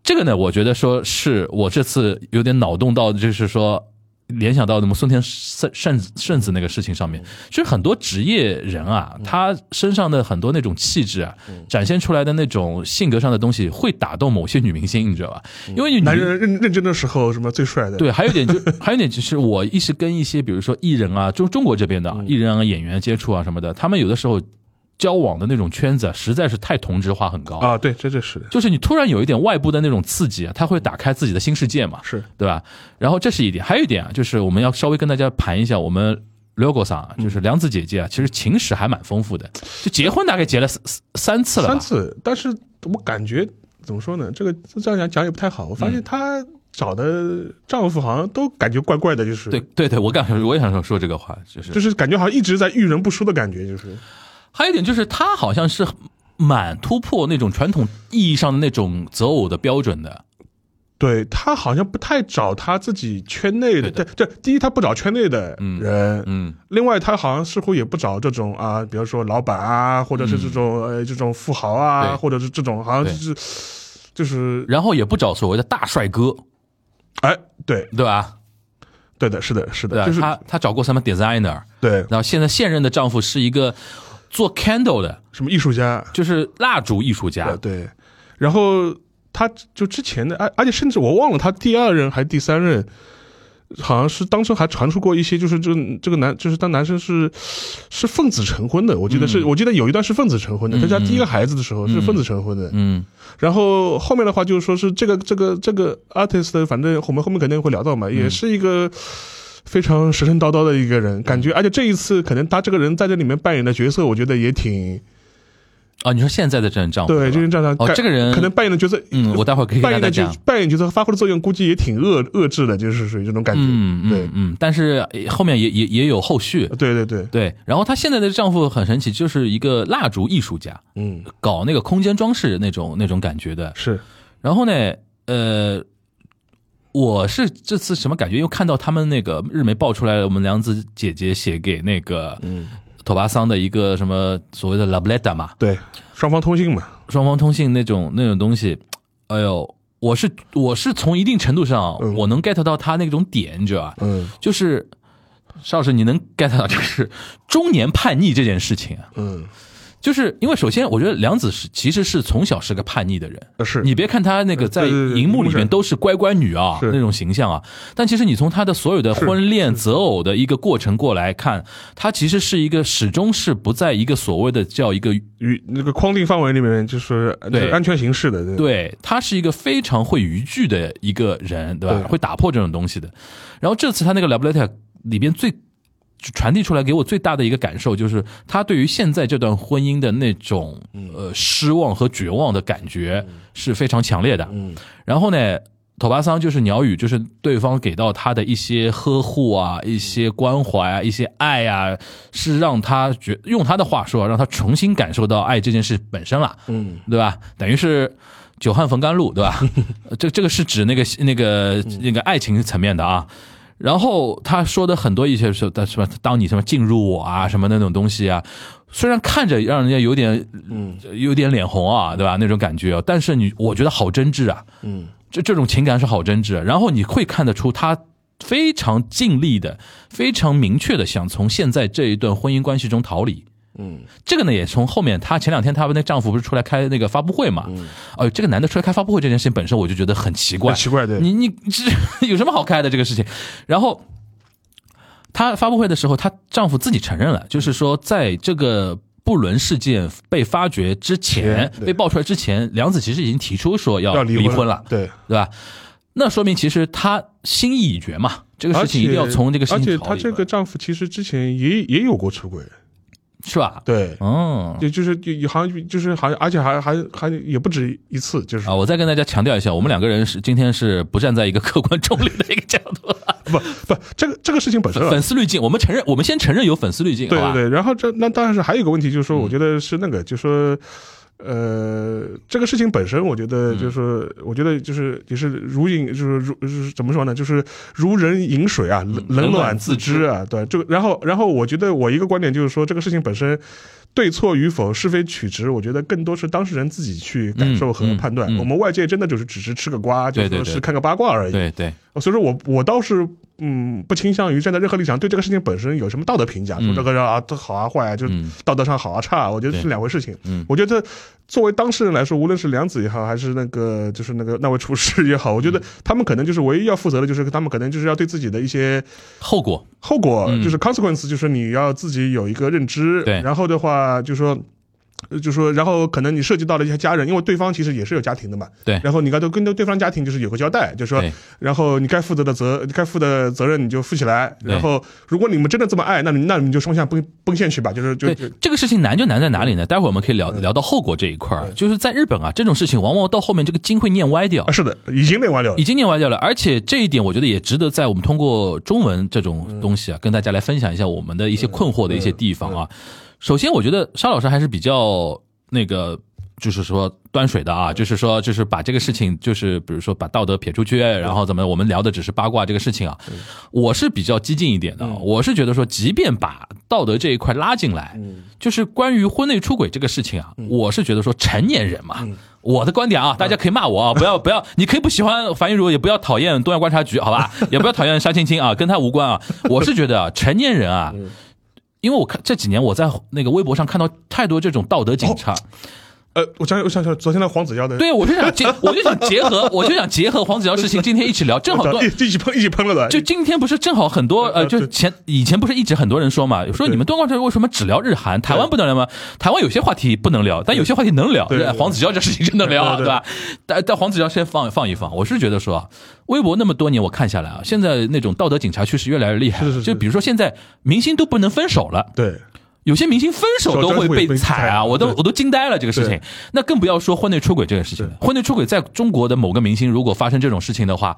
[SPEAKER 5] 这个呢，我觉得说是我这次有点脑洞到，就是说联想到什么松田圣圣圣子那个事情上面。其实很多职业人啊，他身上的很多那种气质啊，展现出来的那种性格上的东西，会打动某些女明星，你知道吧？因为女
[SPEAKER 4] 男人认认真的时候，什么最帅的？
[SPEAKER 5] 对，还有一点就还有一点就是，我一直跟一些比如说艺人啊，中中国这边的啊艺人啊、演员接触啊什么的，他们有的时候交往的那种圈子啊实在是太同质化很高，
[SPEAKER 4] 啊，对，这这是的，
[SPEAKER 5] 就是你突然有一点外部的那种刺激啊，他会打开自己的新世界嘛，
[SPEAKER 4] 是
[SPEAKER 5] 对吧？然后这是一点，还有一点啊，就是我们要稍微跟大家盘一下我们。刘狗桑
[SPEAKER 4] 嗯
[SPEAKER 5] 就是梁子姐姐啊，其实情史还蛮丰富的，就结婚大概结了三三次了吧
[SPEAKER 4] 三，次，但是我感觉怎么说呢？这个这样讲讲也不太好。我发
[SPEAKER 5] 嗯
[SPEAKER 4] 现她找的丈夫好像都感觉怪怪的，就是
[SPEAKER 5] 对，对对，我刚我也想说说这个话，就是
[SPEAKER 4] 就是感觉好像一直在遇人不淑的感觉，就是
[SPEAKER 5] 还有一点就是，他好像是蛮突破那种传统意义上的那种择偶的标准的。
[SPEAKER 4] 对她好像不太找她自己圈内的。对，这第一她不找圈内的人，
[SPEAKER 5] 嗯，
[SPEAKER 4] 另外她好像似乎也不找这种啊，比如说老板啊，或者是这种、呃这种富豪啊，
[SPEAKER 5] 嗯对
[SPEAKER 4] 或者是这种好像就是就是
[SPEAKER 5] 然后也不找所谓的大帅哥，
[SPEAKER 4] 哎，对
[SPEAKER 5] 对吧？
[SPEAKER 4] 对的，是的，是
[SPEAKER 5] 对
[SPEAKER 4] 的，
[SPEAKER 5] 吧？
[SPEAKER 4] 就是
[SPEAKER 5] 他他找过什么 designer，
[SPEAKER 4] 对
[SPEAKER 5] 然后现在现任的丈夫是一个做 candle 的，
[SPEAKER 4] 什么艺术家，
[SPEAKER 5] 就是蜡烛艺术
[SPEAKER 4] 呃
[SPEAKER 5] 家。
[SPEAKER 4] 对，然后他就之前的，而而且甚至我忘了他第二任还是第三任，好像是当时还传出过一些，就是这个这个男，就是当男生是是奉子成婚的，我记得是，我记得有一段是奉子成婚的，在他第一个孩子的时候是奉子成婚的，
[SPEAKER 5] 嗯，
[SPEAKER 4] 然后后面的话就是说是这个这个这个 artist，反正我们后面肯定会聊到嘛，也是一个。非常神神叨叨的一个人，感觉，而且这一次可能他这个人在这里面扮演的角色，我觉得也挺
[SPEAKER 5] 啊，你说现在的这任丈夫
[SPEAKER 4] 对，就是
[SPEAKER 5] 吧
[SPEAKER 4] 这样。
[SPEAKER 5] 哦
[SPEAKER 4] 感
[SPEAKER 5] 这个人
[SPEAKER 4] 可能扮演的角色，
[SPEAKER 5] 嗯，我待会儿可以跟
[SPEAKER 4] 扮
[SPEAKER 5] 大
[SPEAKER 4] 演
[SPEAKER 5] 家
[SPEAKER 4] 的角
[SPEAKER 5] 讲。
[SPEAKER 4] 扮演角色发挥的作用，估计也挺遏遏制的，就是属于这种感觉。
[SPEAKER 5] 嗯
[SPEAKER 4] 对呃
[SPEAKER 5] 嗯，嗯，但是呃后面也也也有后续。
[SPEAKER 4] 对对对，
[SPEAKER 5] 对，然后她现在的丈夫很神奇，就是一个蜡烛艺术家，
[SPEAKER 4] 嗯，
[SPEAKER 5] 搞那个空间装饰那种那种感觉的。
[SPEAKER 4] 是
[SPEAKER 5] 然后呢，呃，我是这次什么感觉？又看到他们那个日媒爆出来，我们梁子姐姐写给那个嗯托巴桑的一个什么所谓的 love letter 嘛，
[SPEAKER 4] 对，双方通信嘛，
[SPEAKER 5] 双方通信那种那种东西。哎呦，我是我是从一定程度上
[SPEAKER 4] 嗯
[SPEAKER 5] 我能 get 到他那种点，你知道吧？
[SPEAKER 4] 嗯
[SPEAKER 5] 就是邵老师，你能 get 到就是 中年叛逆这件事情啊，
[SPEAKER 4] 嗯，
[SPEAKER 5] 就是因为首先我觉得梁子是其实是从小是个叛逆的人，
[SPEAKER 4] 呃是
[SPEAKER 5] 你别看她那个在
[SPEAKER 4] 对对对
[SPEAKER 5] 荧幕
[SPEAKER 4] 荧
[SPEAKER 5] 里
[SPEAKER 4] 幕
[SPEAKER 5] 面
[SPEAKER 4] 上
[SPEAKER 5] 都是乖乖女啊
[SPEAKER 4] 是
[SPEAKER 5] 那种形象啊，但其实你从她的所有的婚恋择偶的一个过程过来看，她其实是一个始终是不在一个所谓的叫一个
[SPEAKER 4] 与那个框定范围里面就是
[SPEAKER 5] 对
[SPEAKER 4] 就是安全形式的，对
[SPEAKER 5] 对，她是一个非常会逾矩的一个人，对吧？
[SPEAKER 4] 对
[SPEAKER 5] 会打破这种东西的。然后这次她那个 love letter 里边最传递出来给我最大的一个感受就是，她对于现在这段婚姻的那种呃失望和绝望的感觉是非常强烈的。嗯，然后呢，头巴桑就是鸟语，就是对方给到他的一些呵护啊、一些关怀啊、一些爱啊，是让他觉用他的话说啊，让他重新感受到爱这件事本身了，嗯，对吧？等于是久旱逢甘露，对 吧？呃这这个是指那个那个那个爱情层面的啊。然后他说的很多一些是但是吧，当你什么进入我啊，什么那种东西啊，虽然看着让人家有点嗯有点脸红啊，对吧？那种感觉哦，但是你我觉得好真挚啊，嗯，这这种情感是好真挚。啊然后你会看得出他非常尽力的、非常明确的想从现在这一段婚姻关系中逃离。
[SPEAKER 4] 嗯
[SPEAKER 5] 这个呢，也从后面她前两天她们那丈夫不是出来开那个发布会嘛？呃，这个男的出来开发布会这件事情本身，我就觉得很奇
[SPEAKER 4] 嗯
[SPEAKER 5] 怪，
[SPEAKER 4] 很奇怪对
[SPEAKER 5] 你你这 有什么好开的这个事情？然后。她发布会的时候，她丈夫自己承认了，就是说，在这个不伦事件被发掘之前
[SPEAKER 4] 前，对
[SPEAKER 5] 被爆出来之前，梁子其实已经提出说要
[SPEAKER 4] 要离
[SPEAKER 5] 离婚了，
[SPEAKER 4] 对，
[SPEAKER 5] 对吧？那说明其实他心意已决嘛，这个
[SPEAKER 4] 而
[SPEAKER 5] 事情一
[SPEAKER 4] 且
[SPEAKER 5] 定要从这个事
[SPEAKER 4] 而且
[SPEAKER 5] 情逃
[SPEAKER 4] 她
[SPEAKER 5] 离
[SPEAKER 4] 这
[SPEAKER 5] 吧
[SPEAKER 4] 个丈夫其实之前也也有过出轨，
[SPEAKER 5] 是吧？，
[SPEAKER 4] 对，
[SPEAKER 5] 嗯
[SPEAKER 4] 就就是就好像就是好像而且还还还也不止一次，就是
[SPEAKER 5] 啊，我再跟大家强调一下，我们两个人是今天是不站在一个客观中立的一个角度，啊
[SPEAKER 4] 不不这个这个事情本身啊
[SPEAKER 5] 粉丝滤镜，我们承认，我们先承认有粉丝滤镜，
[SPEAKER 4] 对
[SPEAKER 5] 好吧嗯
[SPEAKER 4] 对对，然后这那当然是还有一个问题，就是说，我觉得是那个，就是说，呃，这个事情本身，我觉得
[SPEAKER 5] 嗯
[SPEAKER 4] 就是说，我觉得就是就是如饮，就是如就是怎么说呢，就是如人饮水啊，冷
[SPEAKER 5] 嗯冷暖
[SPEAKER 4] 暖
[SPEAKER 5] 自
[SPEAKER 4] 自知啊，对，这个然后然后我觉得我一个观点就是说，这个事情本身。对错与否、是非曲直，我觉得更多是当事人自己去感受和
[SPEAKER 5] 嗯嗯
[SPEAKER 4] 判断。
[SPEAKER 5] 嗯
[SPEAKER 4] 我们外界真的就是只是吃个瓜，就
[SPEAKER 5] 对
[SPEAKER 4] 是
[SPEAKER 5] 对
[SPEAKER 4] 说
[SPEAKER 5] 对
[SPEAKER 4] 是看个八卦而已。
[SPEAKER 5] 对对，
[SPEAKER 4] 所以说我我倒是嗯不倾向于站在任何立场对这个事情本身有什么道德评价，
[SPEAKER 5] 嗯
[SPEAKER 4] 说这个人啊这好啊坏啊，就是
[SPEAKER 5] 嗯
[SPEAKER 4] 道德上好啊差啊，我觉得
[SPEAKER 5] 对
[SPEAKER 4] 是两回事情。
[SPEAKER 5] 嗯
[SPEAKER 4] 我觉得作为当事人来说，无论是梁子也好，还是那个就是那个那位厨师也好，我觉
[SPEAKER 5] 嗯
[SPEAKER 4] 得他们可能就是唯一要负责的，就是他们可能就是要对自己的一些
[SPEAKER 5] 后果，
[SPEAKER 4] 后果，
[SPEAKER 5] 嗯
[SPEAKER 4] 就是 consequence，就是你要自己有一个认知。
[SPEAKER 5] 对
[SPEAKER 4] 然后的话就说。呃就说，然后可能你涉及到了一些家人，因为对方其实也是有家庭的嘛。
[SPEAKER 5] 对
[SPEAKER 4] 然后你该对跟对方家庭就是有个交代，就说
[SPEAKER 5] 对，
[SPEAKER 4] 然后你该负责的责，该负的责任你就负起来。
[SPEAKER 5] 对
[SPEAKER 4] 然后，如果你们真的这么爱，那你那你们就双向奔奔现去吧，就是就嗯
[SPEAKER 5] 对这个事情难就难在哪里呢？待会儿我们可以聊聊到后果这一块儿，就是在日本啊，这种事情往往到后面这个经会念歪掉
[SPEAKER 4] 啊，。是的，已经内完了
[SPEAKER 5] 已。经念歪掉了，而且这一点我觉得也值得在我们通过中文这种东西啊，跟大家来分享一下我们的一些困惑的一些地方啊。首先，我觉得沙老师还是比较那个，就是说端水的啊，就是说就是把这个事情，就是比如说把道德撇出去，然后怎么，我们聊的只是八卦这个事情啊。我是比较激进一点的啊，我是觉得说，即便把道德这一块拉进来，就是关于婚内出轨这个事情啊，我是觉得说成年人嘛。我的观点啊，大家可以骂我啊，不要不要，你可以不喜欢樊玉茹，也不要讨厌东亚观察局，好吧，也不要讨厌沙青青啊，跟他无关啊。我是觉得啊，成年人啊，因为我看这几年我在那个微博上看到太多这种道德警察，
[SPEAKER 4] 呃，我想我想想，昨天那黄子佼的，
[SPEAKER 5] 对我就想结， 我就想结合，我就想结合黄子佼事情，今天一起聊，正好多
[SPEAKER 4] 一一起喷一起喷了的，
[SPEAKER 5] 就今天不是正好很多呃，
[SPEAKER 4] 呃
[SPEAKER 5] 就
[SPEAKER 4] 对
[SPEAKER 5] 前以前不是一直很多人说嘛，说你们东方这为什么只聊日韩，台湾不能聊吗？台湾有些话题不能聊，但有些话题能聊。
[SPEAKER 4] 对对对
[SPEAKER 5] 黄子佼这事情就能聊啊，
[SPEAKER 4] 对
[SPEAKER 5] 对
[SPEAKER 4] 对
[SPEAKER 5] 吧？但但黄子佼先放放一放，我是觉得说啊，微博那么多年我看下来啊，现在那种道德警察趋势越来越厉害
[SPEAKER 4] 是是，是
[SPEAKER 5] 就比如说现在明星都不能分手了。
[SPEAKER 4] 对
[SPEAKER 5] 有些明星分手都会被
[SPEAKER 4] 手真会被
[SPEAKER 5] 踩
[SPEAKER 4] 踩
[SPEAKER 5] 啊，
[SPEAKER 4] 啊
[SPEAKER 5] 我都
[SPEAKER 4] 对
[SPEAKER 5] 我都惊呆了这个事情
[SPEAKER 4] 对。
[SPEAKER 5] 那更不要说婚内出轨这个事情了。婚内出轨在中国的某个明星如果发生这种事情的话，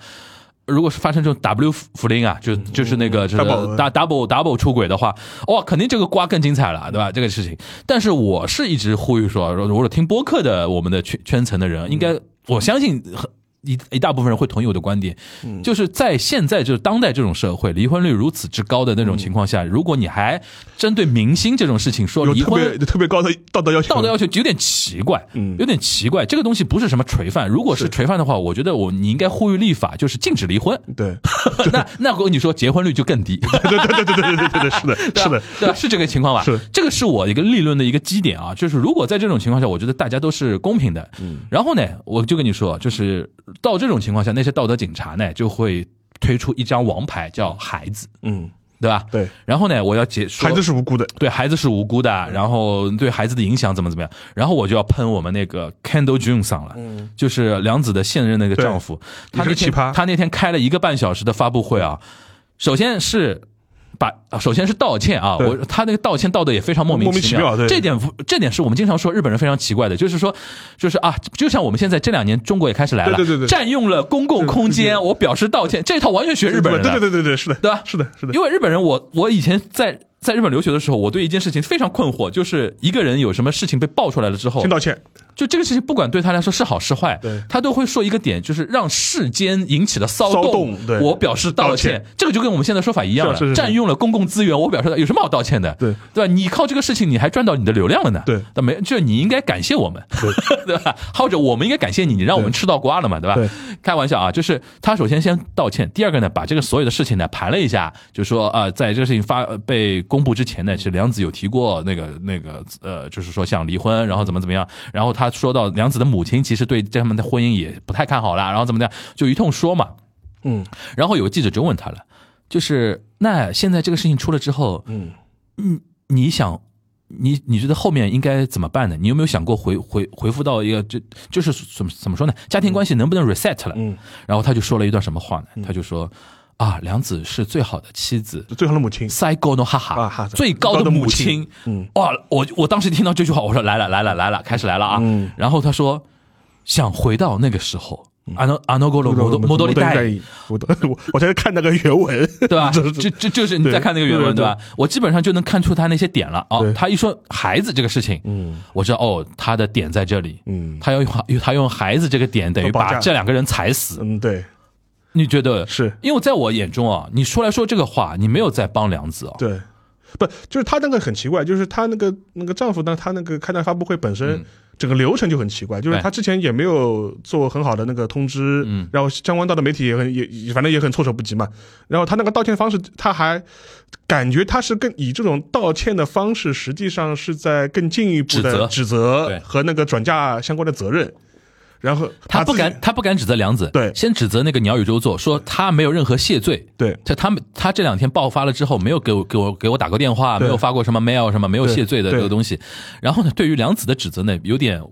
[SPEAKER 5] 如果是发生这种 W 福林啊，就就是那个就是
[SPEAKER 4] 嗯 double 嗯
[SPEAKER 5] dou- double double 出轨的话，哇，肯定这个瓜更精彩了，对
[SPEAKER 4] 嗯
[SPEAKER 5] 吧？这个事情。但是我是一直呼吁说，如果听播客的我们的圈圈层的
[SPEAKER 4] 嗯
[SPEAKER 5] 人，应该我相信很。一一大部分人会同意我的观点，
[SPEAKER 4] 嗯
[SPEAKER 5] 就是在现在就是当代这种社会，离婚率如此之高的那
[SPEAKER 4] 嗯
[SPEAKER 5] 种情况下，如果你还针对明星这种事情说
[SPEAKER 4] 有
[SPEAKER 5] 离
[SPEAKER 4] 特
[SPEAKER 5] 婚
[SPEAKER 4] 别，有特别高的道德要求，
[SPEAKER 5] 道德要求有点奇怪，
[SPEAKER 4] 嗯
[SPEAKER 5] 有点奇怪。这个东西不是什么垂范，如果是
[SPEAKER 4] 是
[SPEAKER 5] 垂范的话，我觉得我你应该呼吁立法，就是禁止离婚。
[SPEAKER 4] 对
[SPEAKER 5] 那那我跟你说，结婚率就更低，
[SPEAKER 4] 对对对对对对对对，是的，
[SPEAKER 5] 对啊
[SPEAKER 4] 是
[SPEAKER 5] 吧
[SPEAKER 4] 的，？
[SPEAKER 5] 对吧？是这个情况吧？
[SPEAKER 4] 是
[SPEAKER 5] 这个是我一个立论的一个基点啊，就是如果在这种情况下，我觉得大家都是公平的。嗯，然后呢，我就跟你说，就是到这种情况下，那些道德警察呢就会推出一张王牌，叫孩子，
[SPEAKER 4] 嗯，
[SPEAKER 5] 对吧？
[SPEAKER 4] 对，
[SPEAKER 5] 然后呢，我要解说
[SPEAKER 4] 孩子是无辜的，
[SPEAKER 5] 对孩子是无辜的，
[SPEAKER 4] 嗯
[SPEAKER 5] 然后对孩子的影响怎么怎么样，然后我就要喷我们那个 Kendall June 上了，就是梁子的现任那个丈夫，
[SPEAKER 4] 嗯对
[SPEAKER 5] 他那
[SPEAKER 4] 也是
[SPEAKER 5] 天
[SPEAKER 4] 个奇葩
[SPEAKER 5] 他那天开了一个半小时的发布会啊，首先是。把啊首先是道歉啊，
[SPEAKER 4] 对
[SPEAKER 5] 我他那个道歉道的也非常莫名
[SPEAKER 4] 莫名
[SPEAKER 5] 其
[SPEAKER 4] 其妙对
[SPEAKER 5] 这点这点是我们经常说日本人非常奇怪的，就是说，就是啊，就像我们现在这两年中国也开始来了，
[SPEAKER 4] 对对对对
[SPEAKER 5] 占用了公共空
[SPEAKER 4] 对对
[SPEAKER 5] 间，
[SPEAKER 4] 对
[SPEAKER 5] 我表示道歉，这套完全学日本人的，啊
[SPEAKER 4] 对对对对对，是的，
[SPEAKER 5] 对啊吧
[SPEAKER 4] 是的，是的，
[SPEAKER 5] 因为日本人我，我以前在在日本留学的时候，我对一件事情非常困惑，就是一个人有什么事情被爆出来了之后
[SPEAKER 4] 先，道歉，
[SPEAKER 5] 就这个事情不管对他来说是好是坏
[SPEAKER 4] 对，
[SPEAKER 5] 他都会说一个点，就是让世间引起的骚动，
[SPEAKER 4] 骚动对
[SPEAKER 5] 我表示
[SPEAKER 4] 道
[SPEAKER 5] 道歉
[SPEAKER 4] 歉
[SPEAKER 5] 这个就跟我们现在说法一样了，
[SPEAKER 4] 是是是
[SPEAKER 5] 占用了公共资源，我表示有什么好道歉的？
[SPEAKER 4] 对
[SPEAKER 5] 对吧？你靠这个事情你还赚到你的流量了呢？
[SPEAKER 4] 对
[SPEAKER 5] 但没就是你应该感谢我们，对吧？或者我们应该感谢你，你让我们吃到瓜了嘛，对吧？
[SPEAKER 4] 对
[SPEAKER 5] 开玩笑啊，就是他首先先道歉，第二个呢，把这个所有的事情呢盘了一下，就说啊、呃在这个事情发呃被公布之前呢，其实梁子有提过那个那个呃，就是说想离婚，然后怎么怎么样，然后他说到梁子的母亲其实对他们的婚姻也不太看好啦，然后怎么样，就一通说嘛，
[SPEAKER 4] 嗯
[SPEAKER 5] 然后有个记者就问他了，就是那现在这个事情出了之后，
[SPEAKER 4] 嗯，
[SPEAKER 5] 你想你你觉得后面应该怎么办呢？你有没有想过回回回复到一个这就是怎么怎么说呢？家庭关系能不能 reset 了？
[SPEAKER 4] 嗯，
[SPEAKER 5] 然后他就说了一段什么话呢？他就说啊，梁子是最好的妻子，
[SPEAKER 4] 最好的母亲，
[SPEAKER 5] 最高的哈
[SPEAKER 4] 啊哈
[SPEAKER 5] 嗯哈，最高的母亲。嗯，哇，我我当时听到这句话，我说来了来了来了，开始来了啊。
[SPEAKER 4] 嗯
[SPEAKER 5] 然后他说想回到那个时候，阿诺嗯阿诺哥罗摩多摩
[SPEAKER 4] 摩
[SPEAKER 5] 多利代，
[SPEAKER 4] 代，我 我我在看那个原文，
[SPEAKER 5] 对吧？
[SPEAKER 4] 这
[SPEAKER 5] 这
[SPEAKER 4] 这
[SPEAKER 5] 这就是你在看那个原文对吧？我基本上就能看出他那些点了哦
[SPEAKER 4] 对，
[SPEAKER 5] 他一说孩子这个事情，嗯，我知道哦，他的点在这里，
[SPEAKER 4] 嗯
[SPEAKER 5] 他要用他用孩子这个点等于
[SPEAKER 4] 绑架
[SPEAKER 5] 把这两个人踩死，
[SPEAKER 4] 嗯，对，
[SPEAKER 5] 你觉得
[SPEAKER 4] 是
[SPEAKER 5] 因为在我眼中啊，你说来说这个话，你没有在帮梁子哦，
[SPEAKER 4] 对，不就是她那个很奇怪，就是她那个那个丈夫呢，她那个开展发布会本身、整个流程就很奇怪，就是
[SPEAKER 5] 嗯哎
[SPEAKER 4] 她之前也没有做很好的那个通知，
[SPEAKER 5] 嗯
[SPEAKER 4] 然后相关到的媒体也很也也反正也很措手不及嘛。然后她那个道歉方式，她还感觉她是更以这种道歉的方式，实际上是在更进一步
[SPEAKER 5] 指
[SPEAKER 4] 的
[SPEAKER 5] 责
[SPEAKER 4] 指责
[SPEAKER 5] 对
[SPEAKER 4] 和那个转嫁相关的责任，然后
[SPEAKER 5] 他
[SPEAKER 4] 把
[SPEAKER 5] 不
[SPEAKER 4] 自己
[SPEAKER 5] 敢，他不敢指责梁子，
[SPEAKER 4] 对
[SPEAKER 5] 先指责那个鸟语周作，说他没有任何谢罪。
[SPEAKER 4] 对
[SPEAKER 5] 这他们他这两天爆发了之后，没有给我给我给我打过电话，
[SPEAKER 4] 对
[SPEAKER 5] 没有发过什么 mail 什么，没有谢罪的
[SPEAKER 4] 对对
[SPEAKER 5] 这个东西。然后呢，对于梁子的指责呢，有点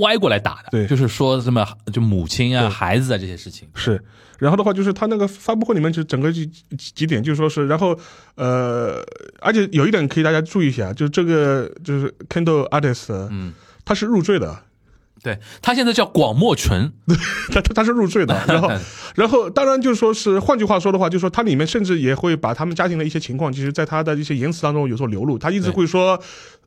[SPEAKER 5] 歪过来打的，
[SPEAKER 4] 对
[SPEAKER 5] 就是说什么就母亲
[SPEAKER 4] 对
[SPEAKER 5] 啊、孩子啊这些事情，
[SPEAKER 4] 是，然后的话就是他那个发布会里面就整个几几几点，就是说是，然后呃，而且有一点可以大家注意一下，就是这个就是 Kindle Artist，嗯，他是入赘的，
[SPEAKER 5] 对他现在叫广漠纯，
[SPEAKER 4] 他他他是入赘的，然 后然后当然就是说是，换句话说的话，就是说它里面甚至也会把他们家庭的一些情况，其实在他的一些言辞当中有所流露，他一直
[SPEAKER 5] 对
[SPEAKER 4] 会说。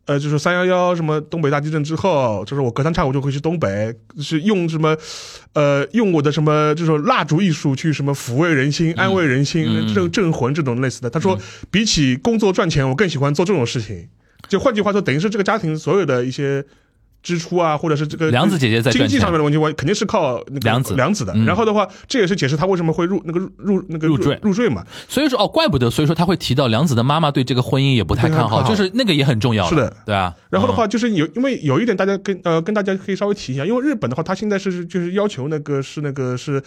[SPEAKER 4] 呃，就是三幺幺什么东北大地震之后，就是我隔三差五就会去东北，是用什么，呃，用我的什么这种蜡烛艺术去什么抚慰人心、安慰人心、
[SPEAKER 5] 嗯嗯嗯
[SPEAKER 4] 镇镇魂这种类似的。他说，比起工作赚钱，我更喜欢做这种事情。就换句话说，等于是这个家庭所有的一些支出啊，或者是这个
[SPEAKER 5] 梁子姐姐在
[SPEAKER 4] 经
[SPEAKER 5] 赚
[SPEAKER 4] 济
[SPEAKER 5] 钱
[SPEAKER 4] 上面的问题，我肯定是靠那个
[SPEAKER 5] 梁子
[SPEAKER 4] 梁子的。
[SPEAKER 5] 嗯
[SPEAKER 4] 然后的话，这也是解释他为什么会入那个入入那个
[SPEAKER 5] 入赘
[SPEAKER 4] 入赘嘛。
[SPEAKER 5] 所以说哦，怪不得，所以说他会提到梁子的妈妈对这个婚姻也不太
[SPEAKER 4] 不太
[SPEAKER 5] 看好，
[SPEAKER 4] 看好
[SPEAKER 5] 就是那个也很重要了
[SPEAKER 4] 是的
[SPEAKER 5] 对啊。
[SPEAKER 4] 然后的
[SPEAKER 5] 嗯
[SPEAKER 4] 话，就是有，因为有一点，大家跟呃跟大家可以稍微提一下，因为日本的话，它现在是就是要求那个是那个是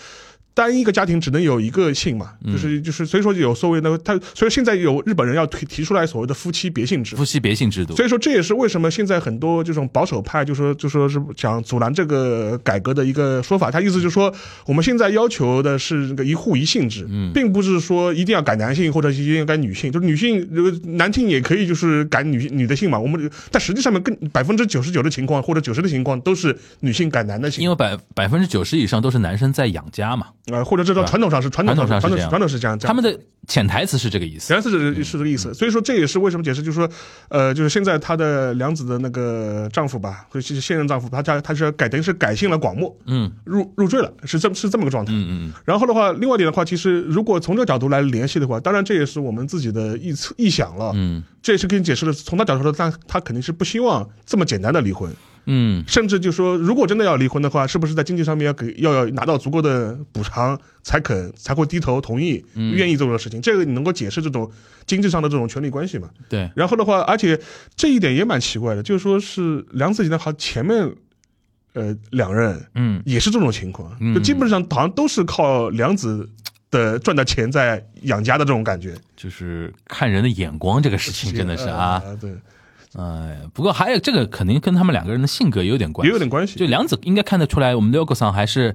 [SPEAKER 4] 单一个家庭只能有一个姓嘛，
[SPEAKER 5] 嗯
[SPEAKER 4] 就是就是所以说有所谓那个他，所以现在有日本人要提提出来所谓的夫妻别姓制，
[SPEAKER 5] 夫妻别姓制度，
[SPEAKER 4] 所以说这也是为什么现在很多这种保守派就说就说是想阻拦这个改革的一个说法。他意思就是说，我们现在要求的是这个一户一姓制，
[SPEAKER 5] 嗯
[SPEAKER 4] 并不是说一定要改男性或者一定要改女性，就是女性这个男性也可以就是改女女的姓嘛。我们但实际上面更百分之九十九的情况或者九十的情况都是女性改男的姓
[SPEAKER 5] 因，为百百分之九十以上都是男生在养家嘛，
[SPEAKER 4] 呃，或者这种传统上是传统上
[SPEAKER 5] 传
[SPEAKER 4] 传统
[SPEAKER 5] 统上是这样
[SPEAKER 4] 传统是这样，这样
[SPEAKER 5] 他们的潜台词是这个意思。嗯
[SPEAKER 4] 原来是这是这个意思，所以说这也是为什么解释，就是说，呃，就是现在她的梁子的那个丈夫吧，就是现任丈夫，他家他是改等于是改姓了广漠，
[SPEAKER 5] 嗯
[SPEAKER 4] 入入赘了，是这么是这么个状态。
[SPEAKER 5] 嗯嗯，
[SPEAKER 4] 然后的话，另外一点的话，其实如果从这个角度来联系的话，当然这也是我们自己的臆测臆想了，
[SPEAKER 5] 嗯，
[SPEAKER 4] 这也是给你解释了。从他角度说，他他肯定是不希望这么简单的离婚，
[SPEAKER 5] 嗯，
[SPEAKER 4] 甚至就说，如果真的要离婚的话，是不是在经济上面要给要要拿到足够的补偿才肯才会低头同意、
[SPEAKER 5] 嗯
[SPEAKER 4] 愿意做这个事情？这个你能够解释这种经济上的这种权利关系吗？
[SPEAKER 5] 对，
[SPEAKER 4] 然后的话，而且这一点也蛮奇怪的，就是说是梁子杰的好前面，呃，两任
[SPEAKER 5] 嗯，
[SPEAKER 4] 也是这种情况，
[SPEAKER 5] 嗯
[SPEAKER 4] 就基本上好像都是靠梁子的赚的钱在养家的这种感觉。
[SPEAKER 5] 就是看人的眼光这个事情真的是啊，
[SPEAKER 4] 呃对，
[SPEAKER 5] 哎，不过还有这个肯定跟他们两个人的性格也有点关
[SPEAKER 4] 呃
[SPEAKER 5] 系，
[SPEAKER 4] 也有点关系。
[SPEAKER 5] 就梁子应该看得出来，我们六哥桑还是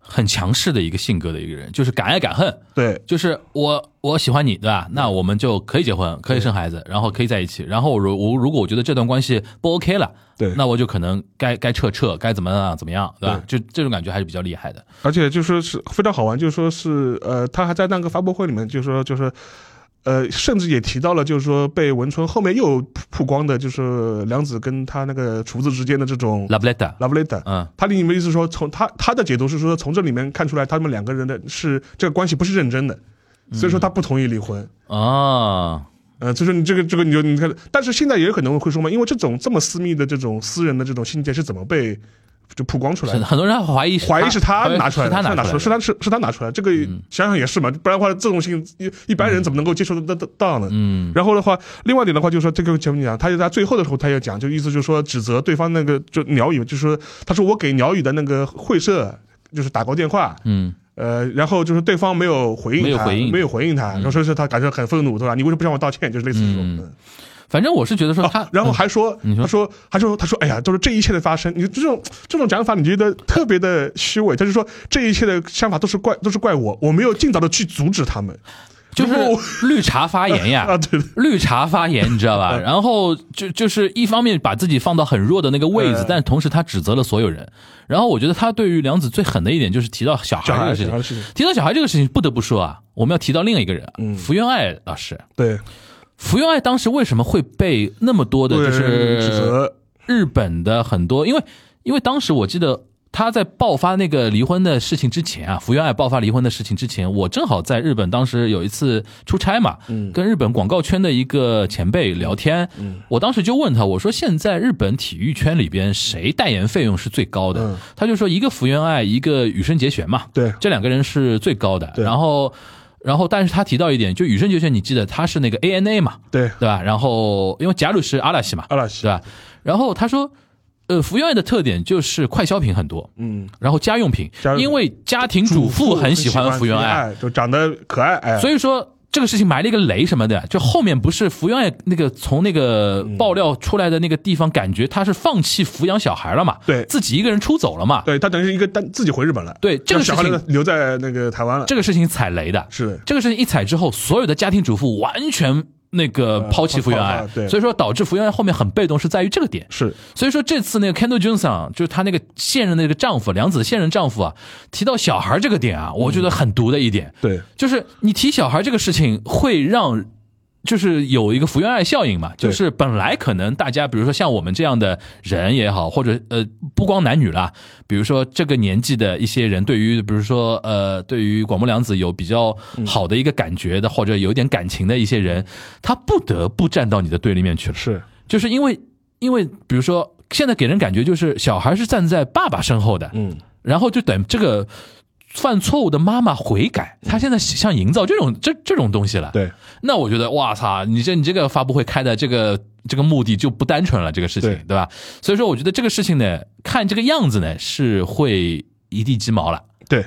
[SPEAKER 5] 很强势的一个性格的一个人，就是敢爱敢恨。
[SPEAKER 4] 对
[SPEAKER 5] 就是我我喜欢你，对吧？那我们就可以结婚，可以生孩子，然后可以在一起。然后我如我如果我觉得这段关系不 OK 了，
[SPEAKER 4] 对
[SPEAKER 5] 那我就可能该该撤撤，该怎么样怎么样，对吧？就这种感觉还是比较厉害的。
[SPEAKER 4] 而且就说是非常好玩，就说是呃，他还在那个发布会里面就说就是。呃，甚至也提到了，就是说被文春后面又曝曝光的，就是梁子跟他那个厨子之间的这种
[SPEAKER 5] La b l e t a
[SPEAKER 4] love letter。
[SPEAKER 5] 嗯，
[SPEAKER 4] 他的你们意思说，从他他的解读是说，从这里面看出来他们两个人的是这个关系不是认真的，所以说他不同意离婚。
[SPEAKER 5] 哦，
[SPEAKER 4] 呃，所以说你这个这个你就你看，但是现在也有很多人会说嘛，因为这种这么私密的这种私人的这种信件是怎么被就曝光出来
[SPEAKER 5] 很
[SPEAKER 4] 的？
[SPEAKER 5] 很多人还怀疑
[SPEAKER 4] 怀疑是他拿出来的，
[SPEAKER 5] 是他
[SPEAKER 4] 是
[SPEAKER 5] 拿
[SPEAKER 4] 拿出来，
[SPEAKER 5] 出来的嗯
[SPEAKER 4] 是他是是他拿出来，这个想想也是嘛，不然的话这种信一一般人怎么能够接受得得到呢？
[SPEAKER 5] 嗯，
[SPEAKER 4] 然后的话，另外一点的话，就是说这个节目讲，他就在最后的时候，他也讲，就意思就是说指责对方那个就鸟语，就是说他说我给鸟语的那个会社就是打过电话，
[SPEAKER 5] 嗯，
[SPEAKER 4] 呃，然后就是对方没有回应他，
[SPEAKER 5] 没有回应嗯
[SPEAKER 4] 没有回应他，然后说是他感觉很愤怒，对吧？你为什么不向我道歉？就是类似这种，
[SPEAKER 5] 嗯
[SPEAKER 4] 嗯
[SPEAKER 5] 反正我是觉得说他，
[SPEAKER 4] 啊，然后
[SPEAKER 5] 嗯
[SPEAKER 4] 还说，
[SPEAKER 5] 你说
[SPEAKER 4] 他说，还说，他说，哎呀，就是这一切的发生，你这种这种讲法，你觉得特别的虚伪。他就说，这一切的想法都是怪，都是怪我，我没有尽早的去阻止他们。
[SPEAKER 5] 就是绿茶发言
[SPEAKER 4] 啊，
[SPEAKER 5] 呀，
[SPEAKER 4] 对的，嗯
[SPEAKER 5] 绿茶发言，你知道吧？然后就就是一方面把自己放到很弱的那个位置
[SPEAKER 4] 嗯，
[SPEAKER 5] 但同时他指责了所有人。然后我觉得他对于梁子最狠的一点就是提到小
[SPEAKER 4] 小
[SPEAKER 5] 孩这
[SPEAKER 4] 孩小孩
[SPEAKER 5] 个事情
[SPEAKER 4] 的。事情，嗯
[SPEAKER 5] 提到小孩这个事情，不得不说啊，我们要提到另一个人啊，福原爱老师。
[SPEAKER 4] 对，
[SPEAKER 5] 福原爱当时为什么会被那么多的就
[SPEAKER 4] 对指
[SPEAKER 5] 是
[SPEAKER 4] 责，
[SPEAKER 5] 日本的很多，因为因为当时我记得她在爆发那个离婚的事情之前啊，福原爱爆发离婚的事情之前，我正好在日本当时有一次出差嘛，
[SPEAKER 4] 嗯
[SPEAKER 5] 跟日本广告圈的一个前辈聊天，我当时就问他，我说现在日本体育圈里边谁代言费用是最高的？他就说一个福原爱，一个羽生结弦嘛，
[SPEAKER 4] 嗯对
[SPEAKER 5] 这两个人是最高的。
[SPEAKER 4] 对
[SPEAKER 5] 然后，然后，但是他提到一点，就羽生结弦，你记得他是那个 ANA 嘛，
[SPEAKER 4] 对，
[SPEAKER 5] 对吧？然后因为贾鲁是阿拉西嘛，
[SPEAKER 4] 阿拉西
[SPEAKER 5] 对啊吧？然后他说，呃，福原爱的特点就是快消品很多，
[SPEAKER 4] 嗯，
[SPEAKER 5] 然后家用品
[SPEAKER 4] 家，用品
[SPEAKER 5] 因为家庭主妇很喜欢福原爱，
[SPEAKER 4] 爱，就长得可爱，哎，
[SPEAKER 5] 所以说。这个事情埋了一个雷什么的，就后面不是福原爱那个从那个
[SPEAKER 4] 嗯
[SPEAKER 5] 爆料出来的那个地方，感觉他是放弃抚养小孩了嘛，
[SPEAKER 4] 对
[SPEAKER 5] 自己一个人出走了嘛，
[SPEAKER 4] 对他等于是一个单自己回日本了，
[SPEAKER 5] 对这个
[SPEAKER 4] 让小孩
[SPEAKER 5] 事情
[SPEAKER 4] 留留在那个台湾了，
[SPEAKER 5] 这个事情踩雷的，
[SPEAKER 4] 是的
[SPEAKER 5] 这个事情一踩之后，所有的家庭主妇完全那个抛弃福原
[SPEAKER 4] 呃抛
[SPEAKER 5] 爱
[SPEAKER 4] 抛，对
[SPEAKER 5] 所以说导致福原爱后面很被动，是在于这个点。
[SPEAKER 4] 是
[SPEAKER 5] 所以说这次那个 Kendall Johnson 啊就是她那个现任的那个丈夫，梁子的现任丈夫啊，提到小孩这个点啊，我觉得很毒的一点，
[SPEAKER 4] 嗯对，
[SPEAKER 5] 就是你提小孩这个事情会让。就是有一个福原爱效应嘛，
[SPEAKER 4] 对
[SPEAKER 5] 就是本来可能大家，比如说像我们这样的人也好，或者呃，不光男女啦，比如说这个年纪的一些人，对于比如说呃，对于广木凉子有比较
[SPEAKER 4] 嗯
[SPEAKER 5] 好的一个感觉的，或者有点感情的一些人，他不得不站到你的对立面去了。
[SPEAKER 4] 是
[SPEAKER 5] 就是因为因为比如说现在给人感觉就是小孩是站在爸爸身后的，
[SPEAKER 4] 嗯，
[SPEAKER 5] 然后就等这个犯错误的妈妈悔改，他现在想营造这种这这种东西了。，
[SPEAKER 4] 对，
[SPEAKER 5] 那我觉得哇操，你这你这个发布会开的这个这个目的就不单纯了，这个事情
[SPEAKER 4] 对
[SPEAKER 5] 对吧？所以说我觉得这个事情呢，看这个样子呢是会一地鸡毛了。
[SPEAKER 4] 对，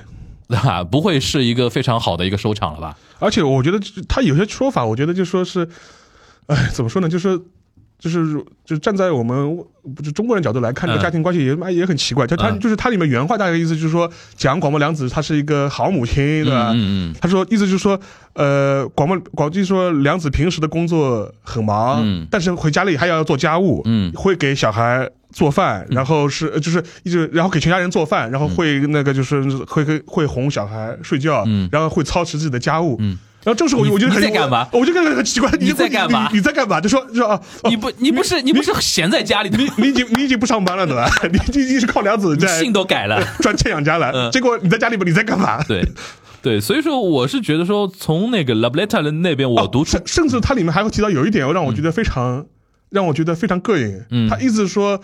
[SPEAKER 5] 对吧？不会是一个非常好的一个收场了吧？
[SPEAKER 4] 而且我觉得这他有些说法，我觉得就说是，哎，怎么说呢？就是就是就站在我们不是中国人角度来看，这
[SPEAKER 5] 嗯
[SPEAKER 4] 个家庭关系也、哎也很奇怪。就他、
[SPEAKER 5] 嗯
[SPEAKER 4] 就是他里面原话大概意思就是说，讲广播良子她是一个好母亲，对吧？
[SPEAKER 5] 嗯嗯
[SPEAKER 4] 他说，意思就是说，呃，广播广就是说，梁子平时的工作很忙，
[SPEAKER 5] 嗯
[SPEAKER 4] 但是回家里还要做家务，
[SPEAKER 5] 嗯
[SPEAKER 4] 会给小孩做饭，然后是呃就是一直，然后给全家人做饭，
[SPEAKER 5] 嗯
[SPEAKER 4] 然后会那个就是会会会哄小孩睡觉，
[SPEAKER 5] 嗯
[SPEAKER 4] 然后会操持自己的家务，
[SPEAKER 5] 嗯
[SPEAKER 4] 然后这时候我
[SPEAKER 5] 你
[SPEAKER 4] 我觉得很
[SPEAKER 5] 你在干嘛
[SPEAKER 4] 我我就感觉很奇怪，
[SPEAKER 5] 你在干嘛
[SPEAKER 4] 你你在干嘛？就说就说啊，
[SPEAKER 5] 嗯，你不你不是你不是闲在家里的，
[SPEAKER 4] 你已经你已经不上班了对吧？ 你你已经是靠梁子
[SPEAKER 5] 你
[SPEAKER 4] 在
[SPEAKER 5] 信都改 了。
[SPEAKER 4] 赚钱养家了，
[SPEAKER 5] 嗯
[SPEAKER 4] 结果你在家里边你在干嘛？
[SPEAKER 5] 对，对，所以说我是觉得说，从那个 Love Letter 的那边
[SPEAKER 4] 哦
[SPEAKER 5] 我读出
[SPEAKER 4] 甚甚至它里面还会提到有一点让我觉得非常、让我觉得非常膈应。
[SPEAKER 5] 嗯
[SPEAKER 4] 他一直说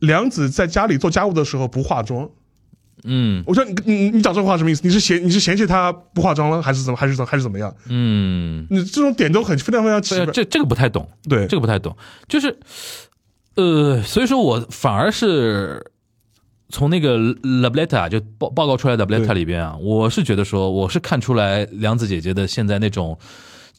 [SPEAKER 4] 梁子在家里做家务的时候不化妆。
[SPEAKER 5] 嗯
[SPEAKER 4] 我说你你你讲这话什么意思？你是嫌你是嫌弃她不化妆了，还是怎么还是怎还是怎么样？
[SPEAKER 5] 嗯，
[SPEAKER 4] 你这种点都很非常非常奇
[SPEAKER 5] 对啊，
[SPEAKER 4] 怪。
[SPEAKER 5] 这这个不太懂，
[SPEAKER 4] 对
[SPEAKER 5] 这个不太懂，就是呃，所以说我反而是从那个 Love Letter 啊就报报告出来的 Love Letter
[SPEAKER 4] 对
[SPEAKER 5] 里边啊，我是觉得说，我是看出来梁子姐姐的现在那种。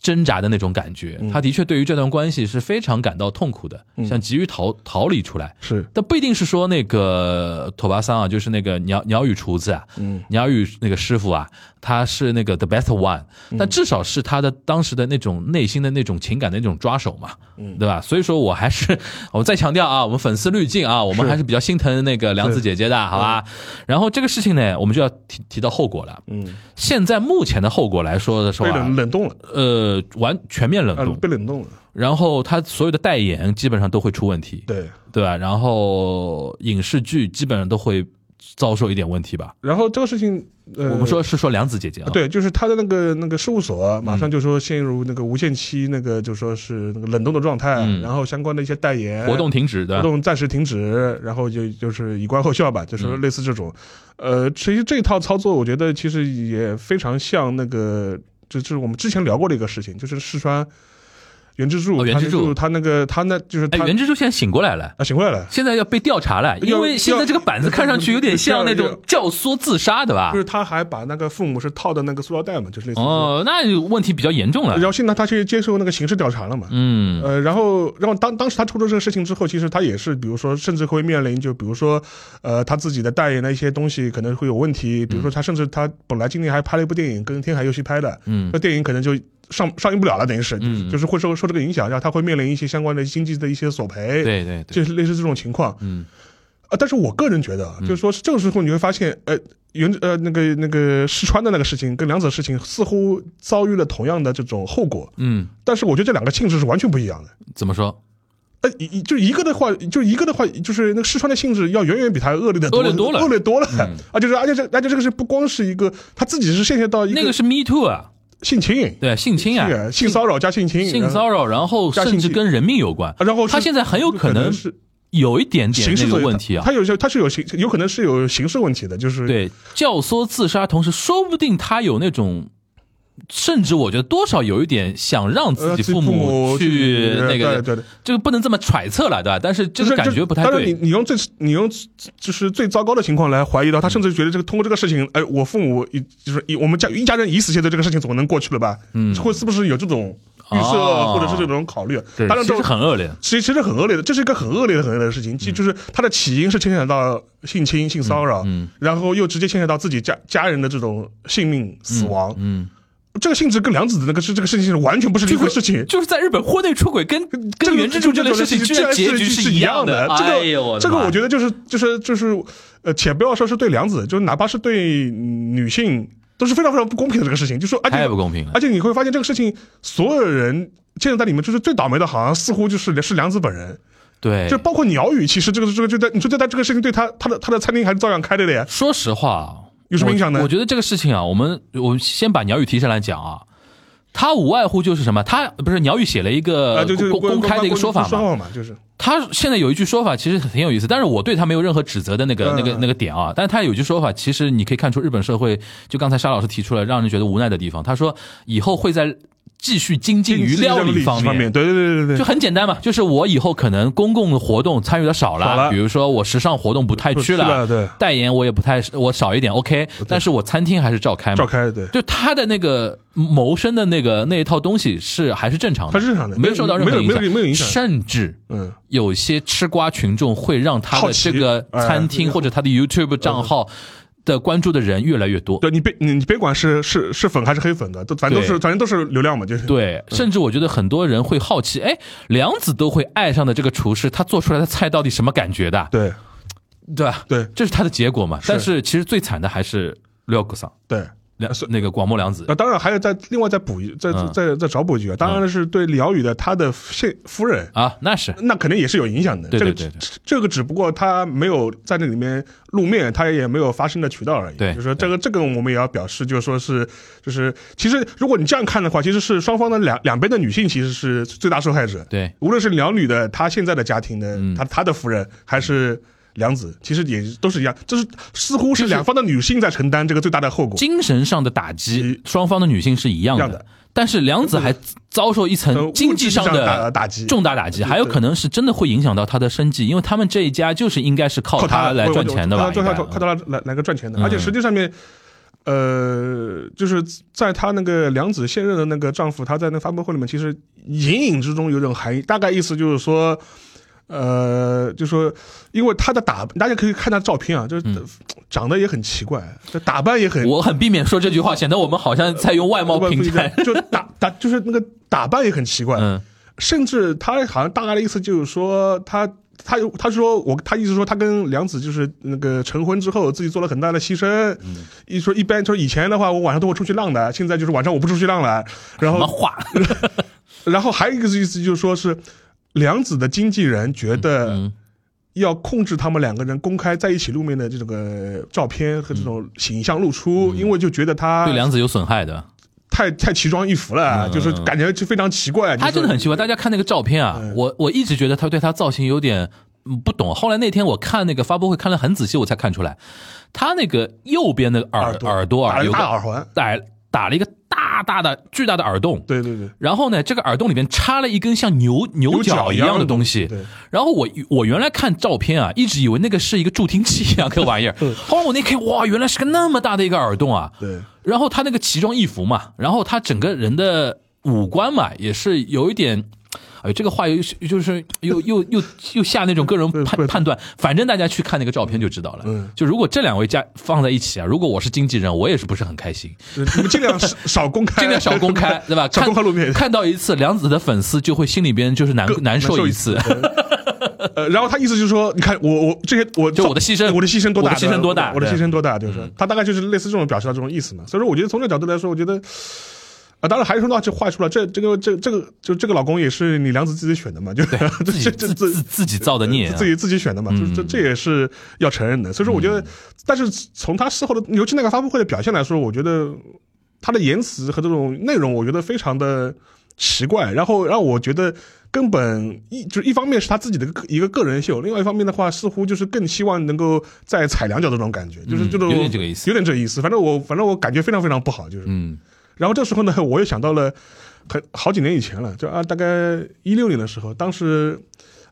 [SPEAKER 5] 挣扎的那种感觉，
[SPEAKER 4] 嗯
[SPEAKER 5] 她的确对于这段关系是非常感到痛苦的，想急于逃逃离出来。
[SPEAKER 4] 是
[SPEAKER 5] 但不一定是说那个托巴桑啊，就是那个鸟鸟语厨子啊，嗯，鸟语那个师傅啊，他是那个 the best one，但至少是他的当时的那种内心的那种情感的那种抓手嘛，嗯，对吧？所以说我还是 我再强调啊，我们粉丝滤镜啊，我们还是比较心疼那个梁子姐姐的，好吧？然后这个事情呢，我们就要提提到后果了。嗯，现在目前的后果来说的时候
[SPEAKER 4] 被冷
[SPEAKER 5] 啊，
[SPEAKER 4] 冷冻了，
[SPEAKER 5] 呃，完全面冷
[SPEAKER 4] 呃，
[SPEAKER 5] 冻，嗯
[SPEAKER 4] 被冷冻了。
[SPEAKER 5] 然后他所有的代言基本上都会出问题，
[SPEAKER 4] 对，
[SPEAKER 5] 对吧？然后影视剧基本上都会遭受一点问题吧。
[SPEAKER 4] 然后这个事情，呃，
[SPEAKER 5] 我们说嗯是说梁子姐姐啊，，
[SPEAKER 4] 对，就是他的那个那个事务所，马上就说陷入那个无限期那个就说是那个冷冻的状态，
[SPEAKER 5] 嗯
[SPEAKER 4] 然后相关的一些代言
[SPEAKER 5] 活动停止
[SPEAKER 4] 活
[SPEAKER 5] 的，
[SPEAKER 4] 动暂时停止，然后就就是以观后效吧，
[SPEAKER 5] 嗯
[SPEAKER 4] 就是类似这种。呃，其实这套操作，我觉得其实也非常像那个，就是我们之前聊过的一个事情，就是四川。袁之助，
[SPEAKER 5] 哦袁
[SPEAKER 4] 他
[SPEAKER 5] 之
[SPEAKER 4] 那
[SPEAKER 5] 助
[SPEAKER 4] 他那个他那就是
[SPEAKER 5] 哎
[SPEAKER 4] 他，
[SPEAKER 5] 袁之助现在醒过来了。
[SPEAKER 4] 啊醒过来了，
[SPEAKER 5] 现在要被调查了，因为现在这个板子看上去有点像那种教唆自杀的吧
[SPEAKER 4] 就？是他还把那个父母是套的那个塑料袋嘛，就是类似于说。
[SPEAKER 5] 哦，那问题比较严重了
[SPEAKER 4] 然。后现呃在他去接受那个刑事调查了嘛，
[SPEAKER 5] 嗯，
[SPEAKER 4] 呃，然后，然后当当时他出了这个事情之后，其实他也是，比如说，甚至会面临，就比如说，呃，他自己的代言的一些东西可能会有问
[SPEAKER 5] 嗯
[SPEAKER 4] 题，比如说他甚至他本来今年还拍了一部电影，跟天海佑希拍的，
[SPEAKER 5] 嗯
[SPEAKER 4] 那电影可能就上上映不了了，等于是，
[SPEAKER 5] 嗯
[SPEAKER 4] 就是会受受这个影响，然后他会面临一些相关的经济的一些索赔，，
[SPEAKER 5] 对对对，
[SPEAKER 4] 就是类似这种情况，
[SPEAKER 5] 嗯，
[SPEAKER 4] 呃，但是我个人觉得啊，就是说这个时候你会发现，呃，原呃那个那个试川的那个事情跟两者事情似乎遭遇了同样的这种后果，
[SPEAKER 5] 嗯，
[SPEAKER 4] 但是我觉得这两个性质是完全不一样的。
[SPEAKER 5] 怎么说？
[SPEAKER 4] 呃，一一就一个的话，就一个的话，就是那个试穿的性质要远远比它恶劣的
[SPEAKER 5] 恶劣多了嗯
[SPEAKER 4] 恶劣多了。啊，就是而且这而且这个是不光是一个他自己是陷陷到一
[SPEAKER 5] 那个是 Me Too 啊，
[SPEAKER 4] 性侵瘾，
[SPEAKER 5] 对，性侵啊，
[SPEAKER 4] 性性骚扰加性侵，
[SPEAKER 5] 性骚扰，然后甚至跟人命有关。
[SPEAKER 4] 啊然后是
[SPEAKER 5] 他现在很有可能
[SPEAKER 4] 是
[SPEAKER 5] 有一点点
[SPEAKER 4] 刑事
[SPEAKER 5] 那
[SPEAKER 4] 责
[SPEAKER 5] 个
[SPEAKER 4] 任
[SPEAKER 5] 问题啊
[SPEAKER 4] 他，有些他是有刑有可能是有刑事问题的，就是
[SPEAKER 5] 对，教唆自杀，同时说不定他有那种。甚至我觉得多少有一点想让
[SPEAKER 4] 呃
[SPEAKER 5] 自
[SPEAKER 4] 自
[SPEAKER 5] 己
[SPEAKER 4] 己
[SPEAKER 5] 父母去
[SPEAKER 4] 呃
[SPEAKER 5] 那
[SPEAKER 4] 对
[SPEAKER 5] 个，
[SPEAKER 4] 对对。
[SPEAKER 5] 这个不能这么揣测了，对吧？但是
[SPEAKER 4] 就
[SPEAKER 5] 这
[SPEAKER 4] 是
[SPEAKER 5] 个感觉不太
[SPEAKER 4] 当然你
[SPEAKER 5] 对。
[SPEAKER 4] 你用最你用就是最糟糕的情况来怀
[SPEAKER 5] 嗯
[SPEAKER 4] 疑到他，甚至觉得这个通过这个事情，哎，我父母一就是一我们家一家人已死现在这个事情总能过去了吧？嗯，会是不是有这种预设、
[SPEAKER 5] 哦
[SPEAKER 4] 或者是这种考虑？
[SPEAKER 5] 对，
[SPEAKER 4] 当然
[SPEAKER 5] 其
[SPEAKER 4] 这
[SPEAKER 5] 实
[SPEAKER 4] 种。
[SPEAKER 5] 很嗯恶劣。
[SPEAKER 4] 其实其实很恶劣的，这是一个很恶劣的、很恶劣的事情。其就是它的起因是牵扯到性侵、性骚扰，
[SPEAKER 5] 嗯
[SPEAKER 4] 然后又直接牵扯到自己家家人的这种性命、死亡。
[SPEAKER 5] 嗯，
[SPEAKER 4] 这个性质跟梁子的那个是这个事情是完全不是一回事情。
[SPEAKER 5] 就是在日本婚内出轨跟
[SPEAKER 4] 这个
[SPEAKER 5] 跟原之助这类事情，居然结局
[SPEAKER 4] 是
[SPEAKER 5] 一
[SPEAKER 4] 样
[SPEAKER 5] 的。
[SPEAKER 4] 这
[SPEAKER 5] 哎呦
[SPEAKER 4] 个这个，
[SPEAKER 5] 的妈
[SPEAKER 4] 我觉得就是就是就是，呃，且不要说是对梁子，就是哪怕是对女性，都是非常非常不公平的这个事情。就说而且
[SPEAKER 5] 太不公平了
[SPEAKER 4] 而。且你会发现这个事情，所有人。现在在里面就是最倒霉的，好像似乎就是是梁子本人，
[SPEAKER 5] 对，
[SPEAKER 4] 就包括鸟语，其实这个这个就在你说就在这个事情对他他的他的餐厅还是照样开着的呀。
[SPEAKER 5] 说实话，
[SPEAKER 4] 有什么影响呢
[SPEAKER 5] 我？我觉得这个事情啊，我们我先把鸟语提上来讲啊，他无外乎就是什么，他不是鸟语写了一
[SPEAKER 4] 啊，
[SPEAKER 5] 个
[SPEAKER 4] 就就是
[SPEAKER 5] 公公开的一个说法
[SPEAKER 4] 说
[SPEAKER 5] 嘛。
[SPEAKER 4] 法嘛，就是
[SPEAKER 5] 他现在有一句说法其实挺有意思，但是我对他没有任何指责的那个
[SPEAKER 4] 嗯
[SPEAKER 5] 那个那个点啊。但是他有一句说法，其实你可以看出日本社会，就刚才沙老师提出来让人觉得无奈的地方。他说以后会在继续精进于料理
[SPEAKER 4] 方
[SPEAKER 5] 方面。
[SPEAKER 4] 对对对对
[SPEAKER 5] 就
[SPEAKER 4] 对，
[SPEAKER 5] 很简单嘛，就是我以后可能公共的活动参与的少了，
[SPEAKER 4] 少了
[SPEAKER 5] 比如说我时尚活动不太去
[SPEAKER 4] 不去了对
[SPEAKER 5] 代言我也不太我少一点，OK，但是我餐厅还是照开嘛，
[SPEAKER 4] 照开对。
[SPEAKER 5] 就他的那个谋生的那个那一套东西是还是正常的，
[SPEAKER 4] 它是正常的
[SPEAKER 5] 没有受到任何
[SPEAKER 4] 没有
[SPEAKER 5] 影
[SPEAKER 4] 没有
[SPEAKER 5] 响，
[SPEAKER 4] 没有影响
[SPEAKER 5] 甚至
[SPEAKER 4] 嗯，
[SPEAKER 5] 有些吃瓜群众会让他
[SPEAKER 4] 好
[SPEAKER 5] 的
[SPEAKER 4] 奇
[SPEAKER 5] 这个
[SPEAKER 4] 哎呃
[SPEAKER 5] 餐厅或者他的 YouTube 账号的关注的人越来越多。
[SPEAKER 4] 对你别你你别管是是是粉还是黑粉的，都反正都是
[SPEAKER 5] 对
[SPEAKER 4] 反正都是流量嘛，就是
[SPEAKER 5] 对，甚至我觉得很多人会好奇，哎，梁子都会爱上的这个厨师，他做出来的菜到底什么感觉的？
[SPEAKER 4] 对
[SPEAKER 5] 对吧？
[SPEAKER 4] 对
[SPEAKER 5] 这是他的结果嘛。
[SPEAKER 4] 是
[SPEAKER 5] 但是其实最惨的还是廖国桑，
[SPEAKER 4] 对。
[SPEAKER 5] 梁
[SPEAKER 4] 是
[SPEAKER 5] 那个广末凉子
[SPEAKER 4] 那当然还有再另外再补一再
[SPEAKER 5] 嗯
[SPEAKER 4] 再再找补一句啊，当然是对李敖宇的他的现夫人。
[SPEAKER 5] 啊，那是
[SPEAKER 4] 那肯定也是有影响的，
[SPEAKER 5] 对
[SPEAKER 4] 这个
[SPEAKER 5] 对对
[SPEAKER 4] 只这个只不过他没有在那里面露面，他也没有发声的渠道而已。
[SPEAKER 5] 对
[SPEAKER 4] 就是说这个这个我们也要表示，就是说是就是其实如果你这样看的话，其实是双方的两两边的女性其实是最大受害者。
[SPEAKER 5] 对
[SPEAKER 4] 无论是两女的她现在的家庭的，
[SPEAKER 5] 嗯
[SPEAKER 4] 她她的夫人，还是梁子，其实也都是一样，就是似乎是
[SPEAKER 5] 就是
[SPEAKER 4] 两方的女性在承担这个最大的后果。
[SPEAKER 5] 精神上的打击
[SPEAKER 4] 嗯，
[SPEAKER 5] 双方的女性是一样
[SPEAKER 4] 一样的
[SPEAKER 5] 的。但是梁子还遭受一
[SPEAKER 4] 呃
[SPEAKER 5] 层
[SPEAKER 4] 物
[SPEAKER 5] 经济
[SPEAKER 4] 质上
[SPEAKER 5] 的
[SPEAKER 4] 打打击
[SPEAKER 5] 重大打击，还有可能是真的会影响到他的生计，因为他们这一家就是应该是靠
[SPEAKER 4] 靠
[SPEAKER 5] 他来
[SPEAKER 4] 我
[SPEAKER 5] 赚钱的吧？
[SPEAKER 4] 靠
[SPEAKER 5] 应
[SPEAKER 4] 他
[SPEAKER 5] 该嗯
[SPEAKER 4] 靠他来来来个赚钱的，而且实际上面。呃，就是在她那个梁子现任的那个丈夫，他在那发布会里面，其实隐隐之中有种含义，大概意思就是说，呃，就说因为她的打，大家可以看她照片啊，就是、
[SPEAKER 5] 嗯
[SPEAKER 4] 长得也很奇怪，就打扮也很
[SPEAKER 5] 我很避免说这句话，显得我们好像在用外貌
[SPEAKER 4] 不不
[SPEAKER 5] 评
[SPEAKER 4] 一
[SPEAKER 5] 判
[SPEAKER 4] 样。就打打就是那个打扮也很奇怪，
[SPEAKER 5] 嗯，
[SPEAKER 4] 甚至他好像大概的意思就是说他。他有他说我他意思说他跟梁子就是那个成婚之后自己做了很大的牺牲，
[SPEAKER 5] 嗯
[SPEAKER 4] 一说一般就是以前的话我晚上都会出去浪的，现在就是晚上我不出去浪了，然
[SPEAKER 5] 什
[SPEAKER 4] 后
[SPEAKER 5] 么话？
[SPEAKER 4] 然后还有一个意思就是说是梁子的经纪人觉得
[SPEAKER 5] 嗯
[SPEAKER 4] 要控制他们两个人公开在一起露面的这个照片和这种形象露出，因为就觉得他
[SPEAKER 5] 嗯对梁子有损害的。
[SPEAKER 4] 太太奇装异服了，啊
[SPEAKER 5] 嗯
[SPEAKER 4] 就是感觉就非常奇怪。
[SPEAKER 5] 他
[SPEAKER 4] 就是
[SPEAKER 5] 真的很奇怪。大家看那个照片啊，我我一直觉得他对他造型有点嗯不懂。后来那天我看那个发布会看了很仔细，我才看出来，他那个右边的耳
[SPEAKER 4] 耳朵
[SPEAKER 5] 耳朵
[SPEAKER 4] 打了
[SPEAKER 5] 耳
[SPEAKER 4] 个
[SPEAKER 5] 有个
[SPEAKER 4] 大耳环，
[SPEAKER 5] 戴打了一个大大的、巨大的耳洞，
[SPEAKER 4] 对对对，
[SPEAKER 5] 然后呢，这个耳洞里面插了一根像牛牛角
[SPEAKER 4] 一
[SPEAKER 5] 一样
[SPEAKER 4] 的
[SPEAKER 5] 的东西。
[SPEAKER 4] 对，
[SPEAKER 5] 然后我我原来看照片啊，一直以为那个是一个助听器一样个 玩意儿，后来我那看，哇，原来是个那么大的一个耳洞啊！
[SPEAKER 4] 对，
[SPEAKER 5] 然后他那个奇装异服嘛，然后他整个人的五官嘛，也是有一点。哎，这个话又就是又又又又下那种各种
[SPEAKER 4] 对
[SPEAKER 5] 判
[SPEAKER 4] 对
[SPEAKER 5] 判断，反正大家去看那个照片就知道了。
[SPEAKER 4] 嗯
[SPEAKER 5] 就如果这两位加放在一起啊，如果我是经纪人，我也是不是很开心。
[SPEAKER 4] 对呃你们尽量 少少公 开，
[SPEAKER 5] 尽量少公开， 对吧？
[SPEAKER 4] 少
[SPEAKER 5] 看
[SPEAKER 4] 公开露面。
[SPEAKER 5] 看到一次梁子的粉丝就会心里边就是难
[SPEAKER 4] 更
[SPEAKER 5] 难受
[SPEAKER 4] 一
[SPEAKER 5] 次。
[SPEAKER 4] 呃，然后他意思就是说，你看我我这些我
[SPEAKER 5] 就我的牺牲
[SPEAKER 4] 我的牺牲多大，
[SPEAKER 5] 我的牺牲多大
[SPEAKER 4] 我的
[SPEAKER 5] 对嗯
[SPEAKER 4] 牺牲多大，就是说他大概就是类似这种表示到这种意思嘛。所以说，我觉得从这个角度来说，我觉得啊，当然还是说到这话说了，这这个这这个就这个老公也是你梁子自己选的嘛，就
[SPEAKER 5] 自 己
[SPEAKER 4] 这这
[SPEAKER 5] 自
[SPEAKER 4] 这
[SPEAKER 5] 自自己造的孽啊，
[SPEAKER 4] 自己自己选的嘛，就是这这也是要承认的。所以说，我觉得，但是从他事后的，尤其那个发布会的表现来说，我觉得他的言辞和这种内容，我觉得非常的奇怪。然后让我觉得根本一就是一方面是他自己的个一个个人秀，另外一方面的话，似乎就是更希望能够再踩两脚的这种感觉，就是这种、
[SPEAKER 5] 有点这个意思
[SPEAKER 4] 有点这个意思。反正我反正我感觉非常非常不好，就是。
[SPEAKER 5] 嗯
[SPEAKER 4] 然后这时候呢，我又想到了很好几年以前了，就啊，大概一六年的时候，当时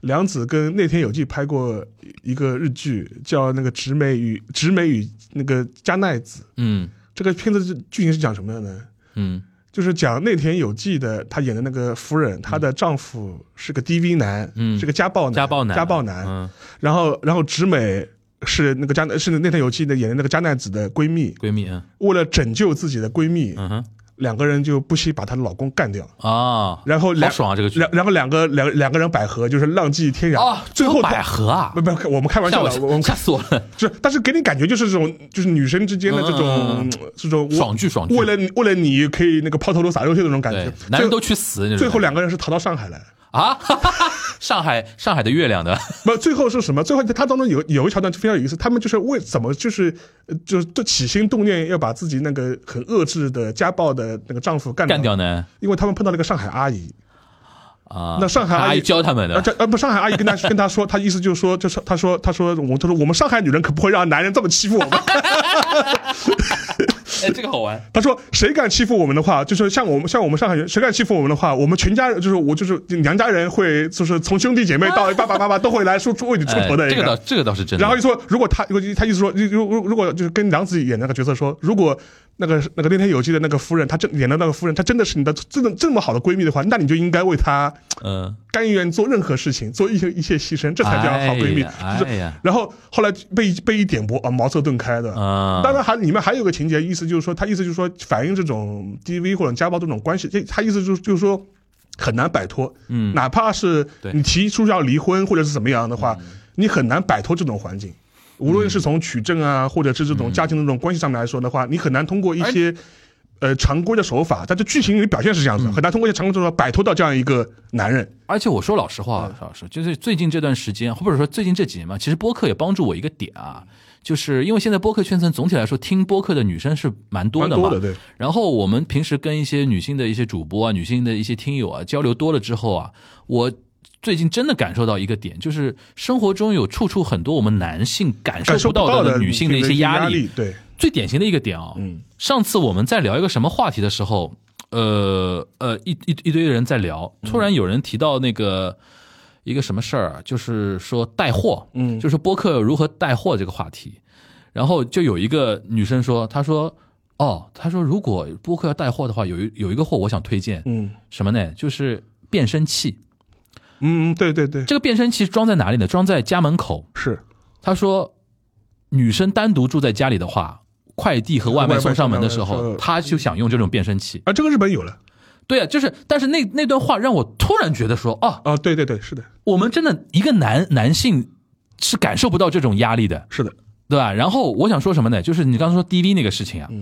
[SPEAKER 4] 梁子跟内田有纪拍过一个日剧，叫那个《直美与直美与那个加奈子》。
[SPEAKER 5] 嗯
[SPEAKER 4] 这个片子是剧情是讲什么的呢？
[SPEAKER 5] 嗯
[SPEAKER 4] 就是讲内田有纪的，他演的那个夫人，她的丈夫是个 DV 男，
[SPEAKER 5] 嗯
[SPEAKER 4] 是个家暴男，
[SPEAKER 5] 家暴男
[SPEAKER 4] 家暴男。
[SPEAKER 5] 嗯，
[SPEAKER 4] 然后，然后直美是那个加是内田有纪的演的那个加奈子的闺蜜，
[SPEAKER 5] 闺蜜嗯
[SPEAKER 4] 为了拯救自己的闺蜜，
[SPEAKER 5] 嗯哼
[SPEAKER 4] 两个人就不惜把她的老公干掉，
[SPEAKER 5] 啊，
[SPEAKER 4] 然后
[SPEAKER 5] 好
[SPEAKER 4] 两
[SPEAKER 5] 爽啊这个剧
[SPEAKER 4] 两然后两个两两个人百合，就是浪迹天涯
[SPEAKER 5] 啊，
[SPEAKER 4] 最后
[SPEAKER 5] 百合啊
[SPEAKER 4] 不，不，我们开玩
[SPEAKER 5] 吓
[SPEAKER 4] 笑的，我
[SPEAKER 5] 我
[SPEAKER 4] 们
[SPEAKER 5] 吓死我 了，
[SPEAKER 4] 就但是给你感觉就是这种，就是女生之间的这种
[SPEAKER 5] 嗯
[SPEAKER 4] 这种我
[SPEAKER 5] 爽剧爽剧
[SPEAKER 4] 为了你为了你可以那个抛头颅洒热血的那种感觉
[SPEAKER 5] 对，，男
[SPEAKER 4] 最
[SPEAKER 5] 人都去死，那种
[SPEAKER 4] 哎最后两个人是逃到上海来。
[SPEAKER 5] 啊， 哈哈哈上海上海的月亮的，
[SPEAKER 4] 不，最后是什么？最后他当中有有一桥段就非常有意思，他们就是为怎么就是呃就是就起心动念要把自己那个很恶质的家暴的那个丈夫干
[SPEAKER 5] 干掉呢
[SPEAKER 4] 因为他们碰到了一个上海阿姨，
[SPEAKER 5] 啊，
[SPEAKER 4] 那上海阿姨
[SPEAKER 5] 阿姨教他们
[SPEAKER 4] 啊，
[SPEAKER 5] 的，
[SPEAKER 4] 这呃不，上海阿姨跟他跟他说，他意思就是说，就是他说他说我他说我们上海女人可不会让男人这么欺负我们。
[SPEAKER 5] 哎，这个好 玩，
[SPEAKER 4] 他说谁敢欺负我们的话，就是像我们像我们上海人，谁敢欺负我们的话，我们全家人就是我就是娘家人会就是从兄弟姐妹到爸爸妈妈都会来出出为你出
[SPEAKER 5] 哎
[SPEAKER 4] 头的一呃
[SPEAKER 5] 这个倒这个倒是真的，
[SPEAKER 4] 然后就说，如果他，如果他意思说，如如如如果就是跟梁子演那个角色说，如果那个那个《那天有记》的那个夫人，她真演的那个夫人，她真的是你的真的这么好的闺蜜的话，那你就应该为她
[SPEAKER 5] 嗯，
[SPEAKER 4] 甘愿做任何事情，做一些一切牺牲，这才叫好闺蜜。
[SPEAKER 5] 哎呀
[SPEAKER 4] 就是
[SPEAKER 5] 哎呀
[SPEAKER 4] 然后后来被被一点拨啊，茅塞顿开的。
[SPEAKER 5] 啊
[SPEAKER 4] 当然还里面还有个情节，意思就是说，他意思就是说反映这种 DV 或者家暴这种关系，这他意思就是就是说很难摆脱。嗯，哪怕是
[SPEAKER 5] 对嗯
[SPEAKER 4] 你提出要离婚或者是怎么样的话，你很难摆脱这种环境。无论是从取证啊，或者是这种家庭的这种关系上面来说的
[SPEAKER 5] 嗯
[SPEAKER 4] 话，你很难通过一些。呃，常规的手法，但这剧情里表现是这样子，
[SPEAKER 5] 嗯
[SPEAKER 4] 很难通过一些常规手法摆脱到这样一个男人。
[SPEAKER 5] 而且我说老实
[SPEAKER 4] 嗯
[SPEAKER 5] 话，邵老师，就是最近这段时间，或者说最近这几年嘛，其实播客也帮助我一个点啊，就是因为现在播客圈层总体来说，听播客的女生是蛮多的嘛。
[SPEAKER 4] 蛮多的对。
[SPEAKER 5] 然后我们平时跟一些女性的一些主播啊、女性的一些听友啊交流多了之后啊，我。最近真的感受到一个点，就是生活中有处处很多我们男性感
[SPEAKER 4] 感
[SPEAKER 5] 受
[SPEAKER 4] 受
[SPEAKER 5] 不到
[SPEAKER 4] 的
[SPEAKER 5] 女性的
[SPEAKER 4] 的
[SPEAKER 5] 一些
[SPEAKER 4] 压
[SPEAKER 5] 压力，
[SPEAKER 4] 对，
[SPEAKER 5] 最典型的一个点啊、
[SPEAKER 4] 嗯
[SPEAKER 5] 上次我们在聊一个什么话题的时候，呃呃，一一一堆人在聊，
[SPEAKER 4] 嗯
[SPEAKER 5] 突然有人提到那个一个什么事儿啊，就是说带货，
[SPEAKER 4] 嗯
[SPEAKER 5] 就是播客如何带货这个话题，然后就有一个女生说，她说。哦，她说如果播客要带货的话，有一有一个货我想推荐，
[SPEAKER 4] 嗯
[SPEAKER 5] 什么呢？就是变声器。
[SPEAKER 4] 嗯，对对对，
[SPEAKER 5] 这个变声器装在哪里呢？装在家门口。
[SPEAKER 4] 是
[SPEAKER 5] 他说，女生单独住在家里的话，快递和外卖送上门的时
[SPEAKER 4] 外卖送上
[SPEAKER 5] 候，
[SPEAKER 4] 门
[SPEAKER 5] 她就想用这种变声器。
[SPEAKER 4] 啊，这个日本有了
[SPEAKER 5] 对啊，就是，但是那那段话让我突然觉得说，哦，
[SPEAKER 4] 啊，对对对，是的，
[SPEAKER 5] 我们真的一个男男性是感受不到这种压力的，
[SPEAKER 4] 是的，
[SPEAKER 5] 对吧？然后我想说什么呢？就是你刚刚说 DV 那个事情啊，
[SPEAKER 4] 嗯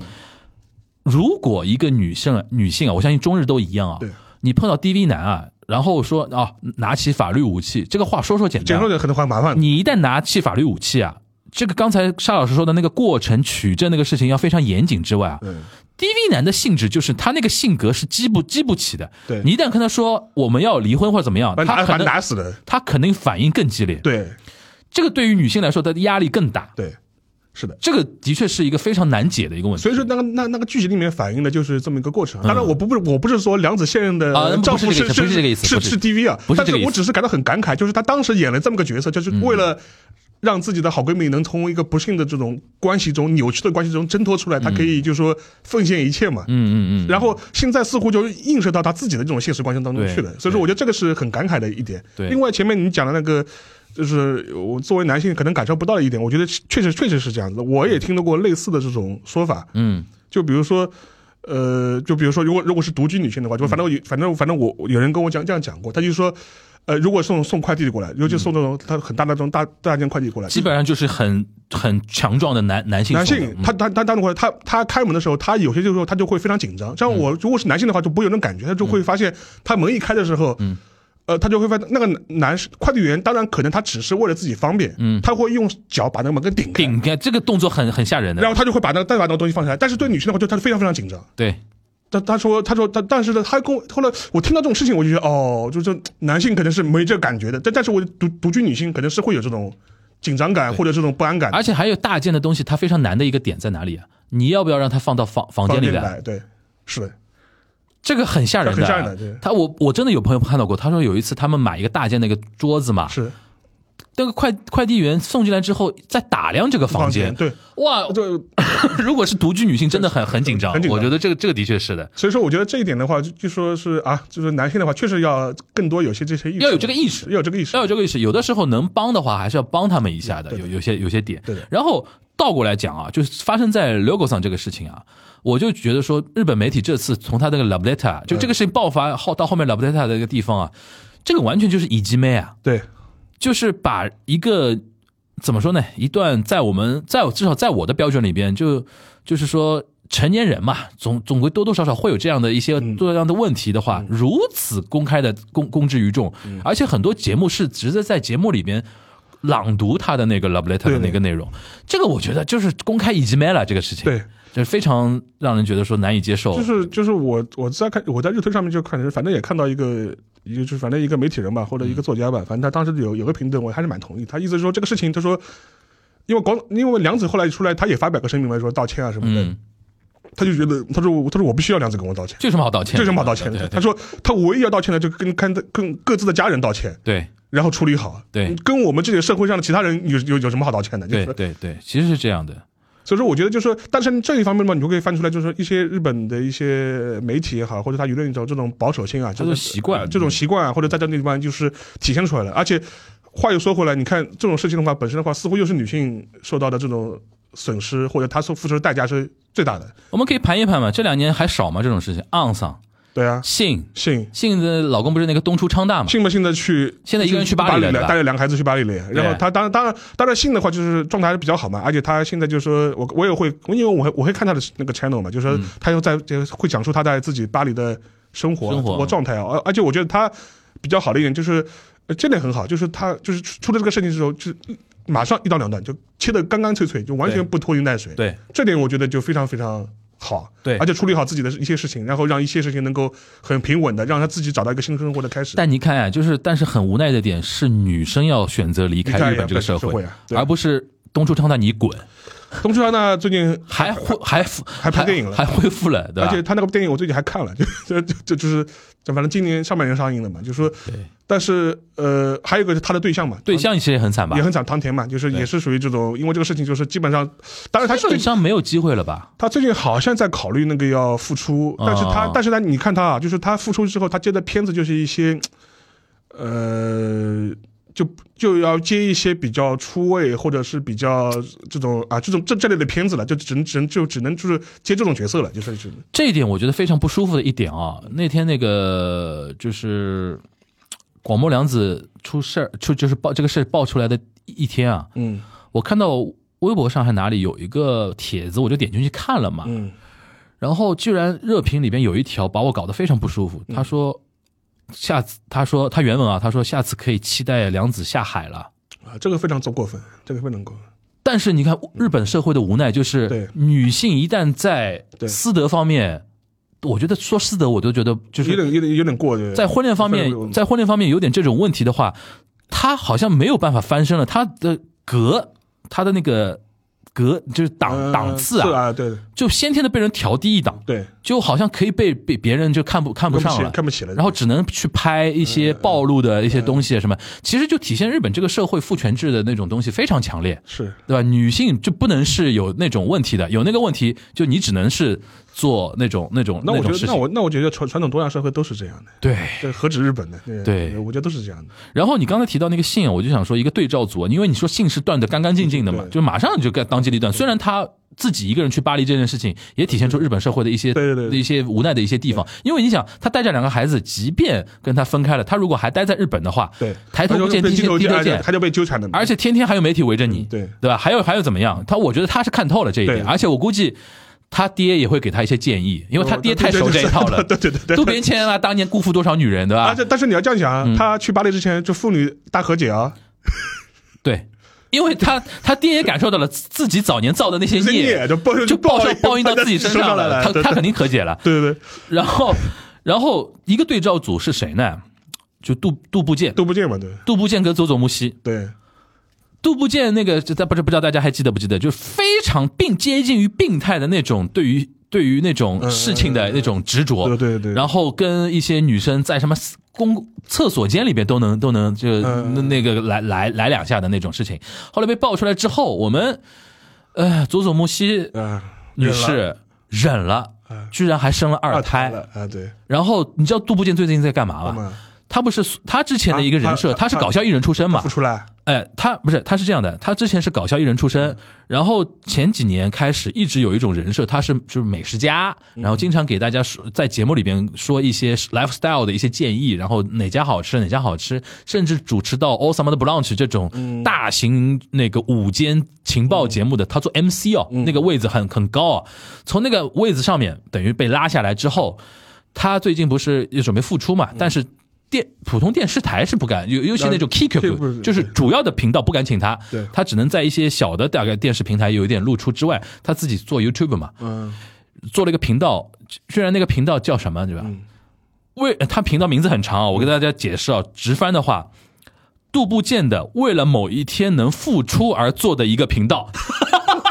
[SPEAKER 5] 如果一个女性女性啊，我相信中日都一样啊
[SPEAKER 4] 对，
[SPEAKER 5] 你碰到 DV 男啊，然后说啊，拿起法律武器，这个话说说简单，啊
[SPEAKER 4] 简说的很多话 麻烦的，
[SPEAKER 5] 你一旦拿起法律武器啊，这个刚才沙老师说的那个过程取证那个事情要非常严谨之外啊
[SPEAKER 4] 嗯
[SPEAKER 5] ，DV 男的性质就是他那个性格是激不激不起的。
[SPEAKER 4] 对
[SPEAKER 5] 你一旦跟他说我们要离婚或者怎么样，
[SPEAKER 4] 把
[SPEAKER 5] 他
[SPEAKER 4] 打
[SPEAKER 5] 可
[SPEAKER 4] 把
[SPEAKER 5] 能
[SPEAKER 4] 打死了，
[SPEAKER 5] 他肯定反应更激烈。
[SPEAKER 4] 对
[SPEAKER 5] 这个对于女性来说，她的压力更大。
[SPEAKER 4] 对，是的。
[SPEAKER 5] 这个的确是一个非常难解的一个问题。
[SPEAKER 4] 所以说，那个那那个剧集里面反映的就是这么一个过程啊。当然，我不不我不是说梁子现任的
[SPEAKER 5] 嗯啊那不
[SPEAKER 4] 丈夫
[SPEAKER 5] 是这个意思
[SPEAKER 4] 是
[SPEAKER 5] 不是这个意思
[SPEAKER 4] 是
[SPEAKER 5] 不是
[SPEAKER 4] 是 DV 啊
[SPEAKER 5] 不，是
[SPEAKER 4] 但是
[SPEAKER 5] 这个意思嗯
[SPEAKER 4] 我只是感到很感慨，就是她当时演了这么个角色，就是为了让自己的好闺蜜能从一个不幸的这种关系中、扭曲的关系中挣脱出来，她可以就是说奉献一切嘛。
[SPEAKER 5] 嗯嗯嗯嗯，
[SPEAKER 4] 然后现在似乎就映射到她自己的这种现实关系当中
[SPEAKER 5] 对
[SPEAKER 4] 去了，所以说我觉得这个是很感慨的一点。
[SPEAKER 5] 对
[SPEAKER 4] 另外前面你讲的那个。就是我作为男性可能感受不到的一点，我觉得确实确实是这样子的。我也听到过类似的这种说法，
[SPEAKER 5] 嗯
[SPEAKER 4] 就比如说，呃，就比如说，如果如果是独居女性的话，就反正
[SPEAKER 5] 嗯
[SPEAKER 4] 我反正反正我有人跟我讲这样讲过，他就说，呃，如果送送快递过来，尤其送这种他很大的这种大大件快递过来，
[SPEAKER 5] 嗯基本上就是很很强壮的男男性
[SPEAKER 4] 男
[SPEAKER 5] 手
[SPEAKER 4] 性
[SPEAKER 5] 腕嗯
[SPEAKER 4] 他他他当过来，他他开门的时候，他有些时候他就会非常紧张。
[SPEAKER 5] 嗯
[SPEAKER 4] 像我如果是男性的话，就不会有那种感觉，他就会发现他门一开的时候，嗯。呃，他就会发现那个男士快递员，当然可能他只是为了自己方便，嗯，他会用脚把那个门给顶开，
[SPEAKER 5] 顶开这个动作很很吓人
[SPEAKER 4] 然
[SPEAKER 5] 的，
[SPEAKER 4] 后他就会把那个再把那个东西放下来。但是对女性的话，就他就非常非常紧张，
[SPEAKER 5] 对，
[SPEAKER 4] 他他说他说他，但是呢，他跟我后来我听到这种事情，我就觉得哦，就是男性可能是没这个感觉的，但但是我独独居女性可能是会有这种紧张感或者这种不安感，
[SPEAKER 5] 而且还有大件的东西，它非常难的一个点在哪里啊？你要不要让它放到房房
[SPEAKER 4] 房
[SPEAKER 5] 间里
[SPEAKER 4] 间里
[SPEAKER 5] 来？
[SPEAKER 4] 来，对，是的，
[SPEAKER 5] 这个很吓人的，啊
[SPEAKER 4] 很吓人的对
[SPEAKER 5] 他我我真的有朋友看到过，他说有一次他们买一个大件的一个桌子嘛，
[SPEAKER 4] 是的
[SPEAKER 5] 那个快快递员送进来之后，再打量这个房
[SPEAKER 4] 房间
[SPEAKER 5] 间，
[SPEAKER 4] 对，
[SPEAKER 5] 哇，
[SPEAKER 4] 就
[SPEAKER 5] 如果是独居女性，真的很很紧张，
[SPEAKER 4] 很紧张
[SPEAKER 5] 我觉得这个这个的确是的，
[SPEAKER 4] 所以说我觉得这一点的话，就就说是啊，就是男性的话，确实要更多有些这些意识，
[SPEAKER 5] 要有这个意识
[SPEAKER 4] 要有这个意识，
[SPEAKER 5] 要有这个意识，有的时候能帮的话，还是要帮他们一下的，有有些有些点
[SPEAKER 4] 对的。
[SPEAKER 5] 然后倒过来讲啊，就是发生在 logo 上这个事情啊，我就觉得说，日本媒体这次从他那个 Lableta，就这个事情爆发后到后面 Lableta 的一个地方啊，这个完全就是以及妹啊，
[SPEAKER 4] 对，
[SPEAKER 5] 就是把一个怎么说呢，一段在我们在我至少在我的标准里边，就就是说成年人嘛，总总归多多少少会有这样的一些
[SPEAKER 4] 嗯
[SPEAKER 5] 多样的问题的话，如此公开的公公之于众，
[SPEAKER 4] 嗯
[SPEAKER 5] 而且很多节目是直接在节目里边。朗读他的那个 love letter 的
[SPEAKER 4] 对对
[SPEAKER 5] 那个内容，这个我觉得就是公开以及没了这个事情，
[SPEAKER 4] 对，
[SPEAKER 5] 就是非常让人觉得说难以接受。
[SPEAKER 4] 就是就是我我在看我在日推上面就看，反正也看到一个一个就是反正一个媒体人吧，或者一
[SPEAKER 5] 嗯
[SPEAKER 4] 个作家吧，反正他当时有有个评论，我还是蛮同意。他意思是说这个事情，他说，因为广因为梁子后来出来，他也发表个声明嘛，说道歉啊什么的，
[SPEAKER 5] 嗯，
[SPEAKER 4] 他就觉得他说我他说我不需要梁子跟我道歉，
[SPEAKER 5] 这有什么好道歉的？
[SPEAKER 4] 这有什么好道歉
[SPEAKER 5] 对
[SPEAKER 4] 的？
[SPEAKER 5] 对
[SPEAKER 4] 他说他唯一要道歉的就跟跟跟各自的家人道歉，
[SPEAKER 5] 对，
[SPEAKER 4] 然后处理好。
[SPEAKER 5] 对
[SPEAKER 4] 跟我们这个社会上的其他人有有有什么好道歉的？就是
[SPEAKER 5] 对对对，其实是这样的。
[SPEAKER 4] 所以说，我觉得就是，但是这一方面嘛，你就可以翻出来，就是一些日本的一些媒体也好，或者他舆论一种这种保守性啊，
[SPEAKER 5] 他
[SPEAKER 4] 就
[SPEAKER 5] 的
[SPEAKER 4] 是
[SPEAKER 5] 习惯
[SPEAKER 4] 呃这种习惯啊，或者在这地方就是体现出来了。而且话又说回来，你看这种事情的话，本身的话，似乎又是女性受到的这种损失，或者她所付出的代价是最大的。
[SPEAKER 5] 我们可以盘一盘嘛，这两年还少吗？这种事情，昂桑
[SPEAKER 4] 对啊，
[SPEAKER 5] 信
[SPEAKER 4] 性
[SPEAKER 5] 信的老公不是那个东出昌大嘛？
[SPEAKER 4] 性不性的去，
[SPEAKER 5] 现在一个人去巴
[SPEAKER 4] 巴
[SPEAKER 5] 黎
[SPEAKER 4] 黎
[SPEAKER 5] 了对吧
[SPEAKER 4] 带着两个孩子去巴黎了。然后他当然当然当然性的话，就是状态还是比较好嘛，而且他现在就是说我我也会，因为我会我会看他的那个 channel 嘛，就是说他又在就是会讲述他在自己巴黎的生活
[SPEAKER 5] 生活
[SPEAKER 4] 活状态啊，而而且我觉得他比较好的一点就是。呃这点很好，就是他就是出出了这个事情之后，就马上一刀两断，就切得干干脆脆，就完全
[SPEAKER 5] 对
[SPEAKER 4] 不拖泥带水。
[SPEAKER 5] 对，
[SPEAKER 4] 这点我觉得就非常非常好。
[SPEAKER 5] 对
[SPEAKER 4] 而且处理好自己的一些事情，然后让一些事情能够很平稳的，让他自己找到一个新生活的开始。
[SPEAKER 5] 但你看啊，就是但是很无奈的点是，女生要选择离开
[SPEAKER 4] 离开
[SPEAKER 5] 日本这个社
[SPEAKER 4] 日本社
[SPEAKER 5] 会
[SPEAKER 4] 会啊，对
[SPEAKER 5] 而不是东出昌大你滚，
[SPEAKER 4] 东出昌大最近
[SPEAKER 5] 还恢还复
[SPEAKER 4] 还拍电影了
[SPEAKER 5] 还恢复了，对
[SPEAKER 4] 而
[SPEAKER 5] 吧
[SPEAKER 4] 且？他那个电影我最近还看了， 就就就就就是，反正今年上半年上映的嘛，就是说，但是呃，还有一个是他的对象嘛，
[SPEAKER 5] 对象其实也很惨吧
[SPEAKER 4] 也？很惨，唐田嘛，就是也是属于这种，因为这个事情就是基本上，当然他
[SPEAKER 5] 基
[SPEAKER 4] 最
[SPEAKER 5] 本上没有机会了吧？
[SPEAKER 4] 他最近好像在考虑那个要复出，但是他、
[SPEAKER 5] 哦
[SPEAKER 4] 但是呢，你看他啊，就是他复出之后，他接的片子就是一些，呃，就就要接一些比较出位或者是比较这种啊这种这这类的片子了，就只能只能就只能就是接这种角色了，就是是
[SPEAKER 5] 这一点我觉得非常不舒服的一点啊，那天那个就是广末凉子出事儿，出就是爆这个事儿爆出来的一天啊，
[SPEAKER 4] 嗯
[SPEAKER 5] 我看到微博上还哪里有一个帖子，我就点进去看了嘛。
[SPEAKER 4] 嗯
[SPEAKER 5] 然后居然热评里边有一条把我搞得非常不舒
[SPEAKER 4] 嗯
[SPEAKER 5] 服，他说。下次他说他原文啊，他说下次可以期待梁子下海了。
[SPEAKER 4] 啊，这个非常过分，这个非常过分，
[SPEAKER 5] 但是你看日本社会的无奈，就是
[SPEAKER 4] 对
[SPEAKER 5] 女性一旦在
[SPEAKER 4] 对
[SPEAKER 5] 私德方面，我觉得说私德我都觉得就
[SPEAKER 4] 有
[SPEAKER 5] 是
[SPEAKER 4] 点有点有点过，对
[SPEAKER 5] 在婚恋方面
[SPEAKER 4] 非常过，分
[SPEAKER 5] 在婚恋方面有点这种问题的话，她好像没有办法翻身了，她的格，她的那个格就是档
[SPEAKER 4] 呃
[SPEAKER 5] 档次
[SPEAKER 4] 是
[SPEAKER 5] 啊，
[SPEAKER 4] 啊，对
[SPEAKER 5] 就先天的被人调低一档，
[SPEAKER 4] 对，
[SPEAKER 5] 就好像可以被被别人就看不看不
[SPEAKER 4] 看不
[SPEAKER 5] 上
[SPEAKER 4] 起
[SPEAKER 5] 了，
[SPEAKER 4] 看不起了嗯
[SPEAKER 5] 然后只能去拍一些暴露的一些东西啊什么，其实就体现日本这个社会父权制的那种东西非常强烈，
[SPEAKER 4] 是
[SPEAKER 5] 对吧？女性就不能是有那种问题的，有那个问题就你只能是做那种那种
[SPEAKER 4] 那我觉
[SPEAKER 5] 种
[SPEAKER 4] 得
[SPEAKER 5] 事
[SPEAKER 4] 那
[SPEAKER 5] 情，
[SPEAKER 4] 我那我觉得传传统多样社会都是这样的，
[SPEAKER 5] 对。
[SPEAKER 4] 对，何止日本呢？
[SPEAKER 5] 对
[SPEAKER 4] 我觉得都是这样的。
[SPEAKER 5] 然后你刚才提到那个信，我就想说一个对照组，因为你说信是断的干干净净的嘛，
[SPEAKER 4] 对
[SPEAKER 5] 就马上就该当机立断。虽然他自己一个人去巴黎这件事情，也体现出日本社会的一些
[SPEAKER 4] 对对对对
[SPEAKER 5] 一些无奈的一些地方。因为你想，他带着两个孩子，即便跟他分开了，他如果还待在日本的话，
[SPEAKER 4] 对，
[SPEAKER 5] 抬头不见
[SPEAKER 4] 他就被
[SPEAKER 5] 低
[SPEAKER 4] 低
[SPEAKER 5] 见
[SPEAKER 4] 头
[SPEAKER 5] 低头
[SPEAKER 4] 哎
[SPEAKER 5] 见。
[SPEAKER 4] 他就被纠缠了。
[SPEAKER 5] 而且天天还有媒体围着你，
[SPEAKER 4] 嗯对
[SPEAKER 5] 对吧？还有还有怎么样？他我觉得他是看透了这一点，
[SPEAKER 4] 对
[SPEAKER 5] 而且我估计他爹也会给他一些建议，因为他爹太熟这一套了。
[SPEAKER 4] 哦对对对对对
[SPEAKER 5] 渡边谦啊，当年辜负多少女人，对吧
[SPEAKER 4] 而？且但是你要这样想
[SPEAKER 5] 嗯
[SPEAKER 4] 啊，他去巴黎之前就父女大和解啊，
[SPEAKER 5] 对，因为他他爹也感受到了自自己早年造的那些
[SPEAKER 4] 这
[SPEAKER 5] 孽，
[SPEAKER 4] 孽就报
[SPEAKER 5] 就报
[SPEAKER 4] 报应
[SPEAKER 5] 报应到自己身上
[SPEAKER 4] 来
[SPEAKER 5] 了，
[SPEAKER 4] 了
[SPEAKER 5] 他
[SPEAKER 4] 对
[SPEAKER 5] 他
[SPEAKER 4] 对
[SPEAKER 5] 肯定可解了。
[SPEAKER 4] 对对对，
[SPEAKER 5] 然后，然后一个对照组是谁呢？就杜杜部健，
[SPEAKER 4] 都不见嘛，对
[SPEAKER 5] 杜部健跟佐佐木希。
[SPEAKER 4] 对
[SPEAKER 5] 杜部健那个，但不知不知道大家还记得不记得，就非常病接近于病态的那种对于对于那
[SPEAKER 4] 嗯
[SPEAKER 5] 种事情的那种执着，
[SPEAKER 4] 对对对，
[SPEAKER 5] 然后跟一些女生在什么公厕所间里边都能都能就
[SPEAKER 4] 嗯
[SPEAKER 5] 那那个来来来两下的那种事情。后来被爆出来之后，我们呃佐佐木希
[SPEAKER 4] 啊，
[SPEAKER 5] 女
[SPEAKER 4] 忍了哎
[SPEAKER 5] 士忍了，居然还生了二
[SPEAKER 4] 二
[SPEAKER 5] 胎。
[SPEAKER 4] 了啊，对，
[SPEAKER 5] 然后你知道杜部健最近在干嘛
[SPEAKER 4] 干
[SPEAKER 5] 吗
[SPEAKER 4] 嘛？
[SPEAKER 5] 他不是他之前的一个人设，
[SPEAKER 4] 啊他
[SPEAKER 5] 他是搞笑艺人出身嘛
[SPEAKER 4] 不？出来，
[SPEAKER 5] 哎，他不是，他是这样的，他之前是搞笑艺人出身，然后前几年开始一直有一种人设，他是就是美食家，然后经常给大家说在节目里边说一些 lifestyle 的一些建议，然后哪家好吃哪家好吃，甚至主持到 All Summer 的 Brunch 这种大型那个午间情报节目的，他做 MC 哦，那个位子很很高啊，从那个位子上面等于被拉下来之后，他最近不是也准备复出嘛，但是。电普通电视台是不敢，尤尤其那种 K
[SPEAKER 4] 嗯
[SPEAKER 5] Q
[SPEAKER 4] 这不是
[SPEAKER 5] 就是主要的频道不敢请他
[SPEAKER 4] 对，
[SPEAKER 5] 他只能在一些小的大概电视平台有一点露出之外，他自己做 YouTube 嘛，
[SPEAKER 4] 嗯，
[SPEAKER 5] 做了一个频道，虽然那个频道叫什么，对吧？
[SPEAKER 4] 嗯
[SPEAKER 5] 为他频道名字很长啊、我跟大家解释啊，直翻的话，杜部健的为了某一天能复出而做的一个频道。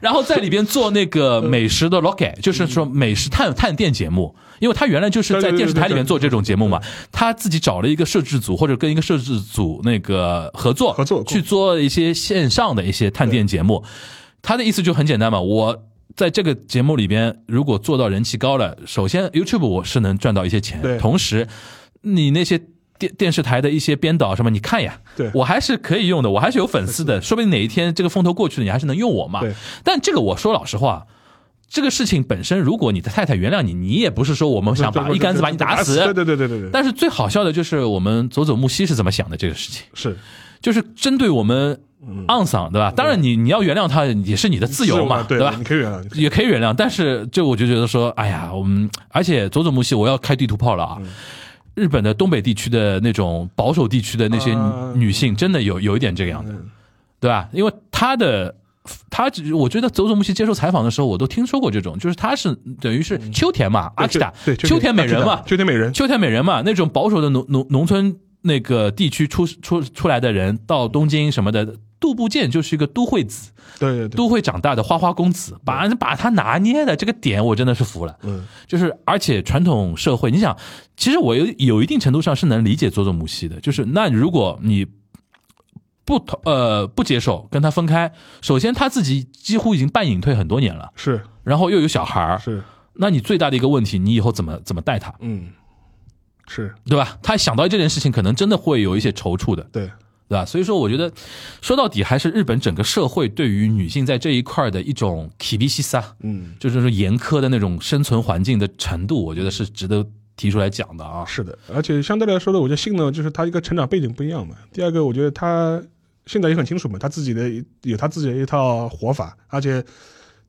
[SPEAKER 5] 然后在里边做那个美食的 locket，就是说美食探探店节目，因为他原来就是在电视台里面做这种节目嘛，他自己找了一个摄制组或者跟一个摄制组那个合作，
[SPEAKER 4] 合作
[SPEAKER 5] 去做一些线上的一些探店节目。他的意思就很简单嘛，我。在这个节目里边，如果做到人气高了，首先 YouTube 我是能赚到一些钱，
[SPEAKER 4] 对
[SPEAKER 5] 同时你那些电电视台的一些编导什么，你看呀，
[SPEAKER 4] 对
[SPEAKER 5] 我还是可以用的，我还是有粉丝的，说不定哪一天这个风头过去了，你还是能用我嘛。
[SPEAKER 4] 对
[SPEAKER 5] 但这个我说老实话。这个事情本身，如果你的太太原谅你，你也不是说我们 想把一竿子把你打死。
[SPEAKER 4] 对对对对对对，
[SPEAKER 5] 但是最好笑的就是我们佐佐木希是怎么想的这个事情，
[SPEAKER 4] 是
[SPEAKER 5] 就是针对我们昂桑，对吧？当然你你要原谅他也是你的自由嘛，
[SPEAKER 4] 对
[SPEAKER 5] 吧
[SPEAKER 4] 你？可以原谅，
[SPEAKER 5] 也可以原谅，但是就我就觉得说，哎呀，我们而且佐佐木希，我要开地图炮了啊！日本的东北地区的那种保守地区的那些
[SPEAKER 4] 啊
[SPEAKER 5] 女性，真的有有一点这个样子，对吧？因为她的她，我觉得佐佐木希接受采访的时候，我都听说过这种，就是她是等于是秋田嘛，阿
[SPEAKER 4] 秋
[SPEAKER 5] 基达，
[SPEAKER 4] 对
[SPEAKER 5] 秋田美人嘛，
[SPEAKER 4] 秋田美人，
[SPEAKER 5] 秋田美人嘛，那种保守的农农农村那个地区出出出来的人，到东京什么的，杜部健就是一个都会子，
[SPEAKER 4] 对对对，
[SPEAKER 5] 都会长大的花花公子，把把他拿捏的这个点，我真的是服了。
[SPEAKER 4] 嗯，
[SPEAKER 5] 就是而且传统社会，你想，其实我有有一定程度上是能理解佐佐木希的，就是那如果你不同呃不接受跟他分开，首先他自己几乎已经半隐退很多年了，
[SPEAKER 4] 是
[SPEAKER 5] 然后又有小孩儿，
[SPEAKER 4] 是，
[SPEAKER 5] 那你最大的一个问题，你以后怎么怎么带他，
[SPEAKER 4] 嗯，是
[SPEAKER 5] 对吧？他想到这件事情，可能真的会有一些踌躇的。
[SPEAKER 4] 对，
[SPEAKER 5] 对吧？所以说，我觉得说到底还是日本整个社会对于女性在这一块儿的一种 k i b i s a
[SPEAKER 4] 嗯，
[SPEAKER 5] 就是说严苛的那种生存环境的程度，我觉得是值得提出来讲的啊。
[SPEAKER 4] 是的，而且相对来说呢，我觉得性呢，就是他一个成长背景不一样嘛。第二个，我觉得他现在也很清楚嘛，他自己的有他自己的一套活法，而且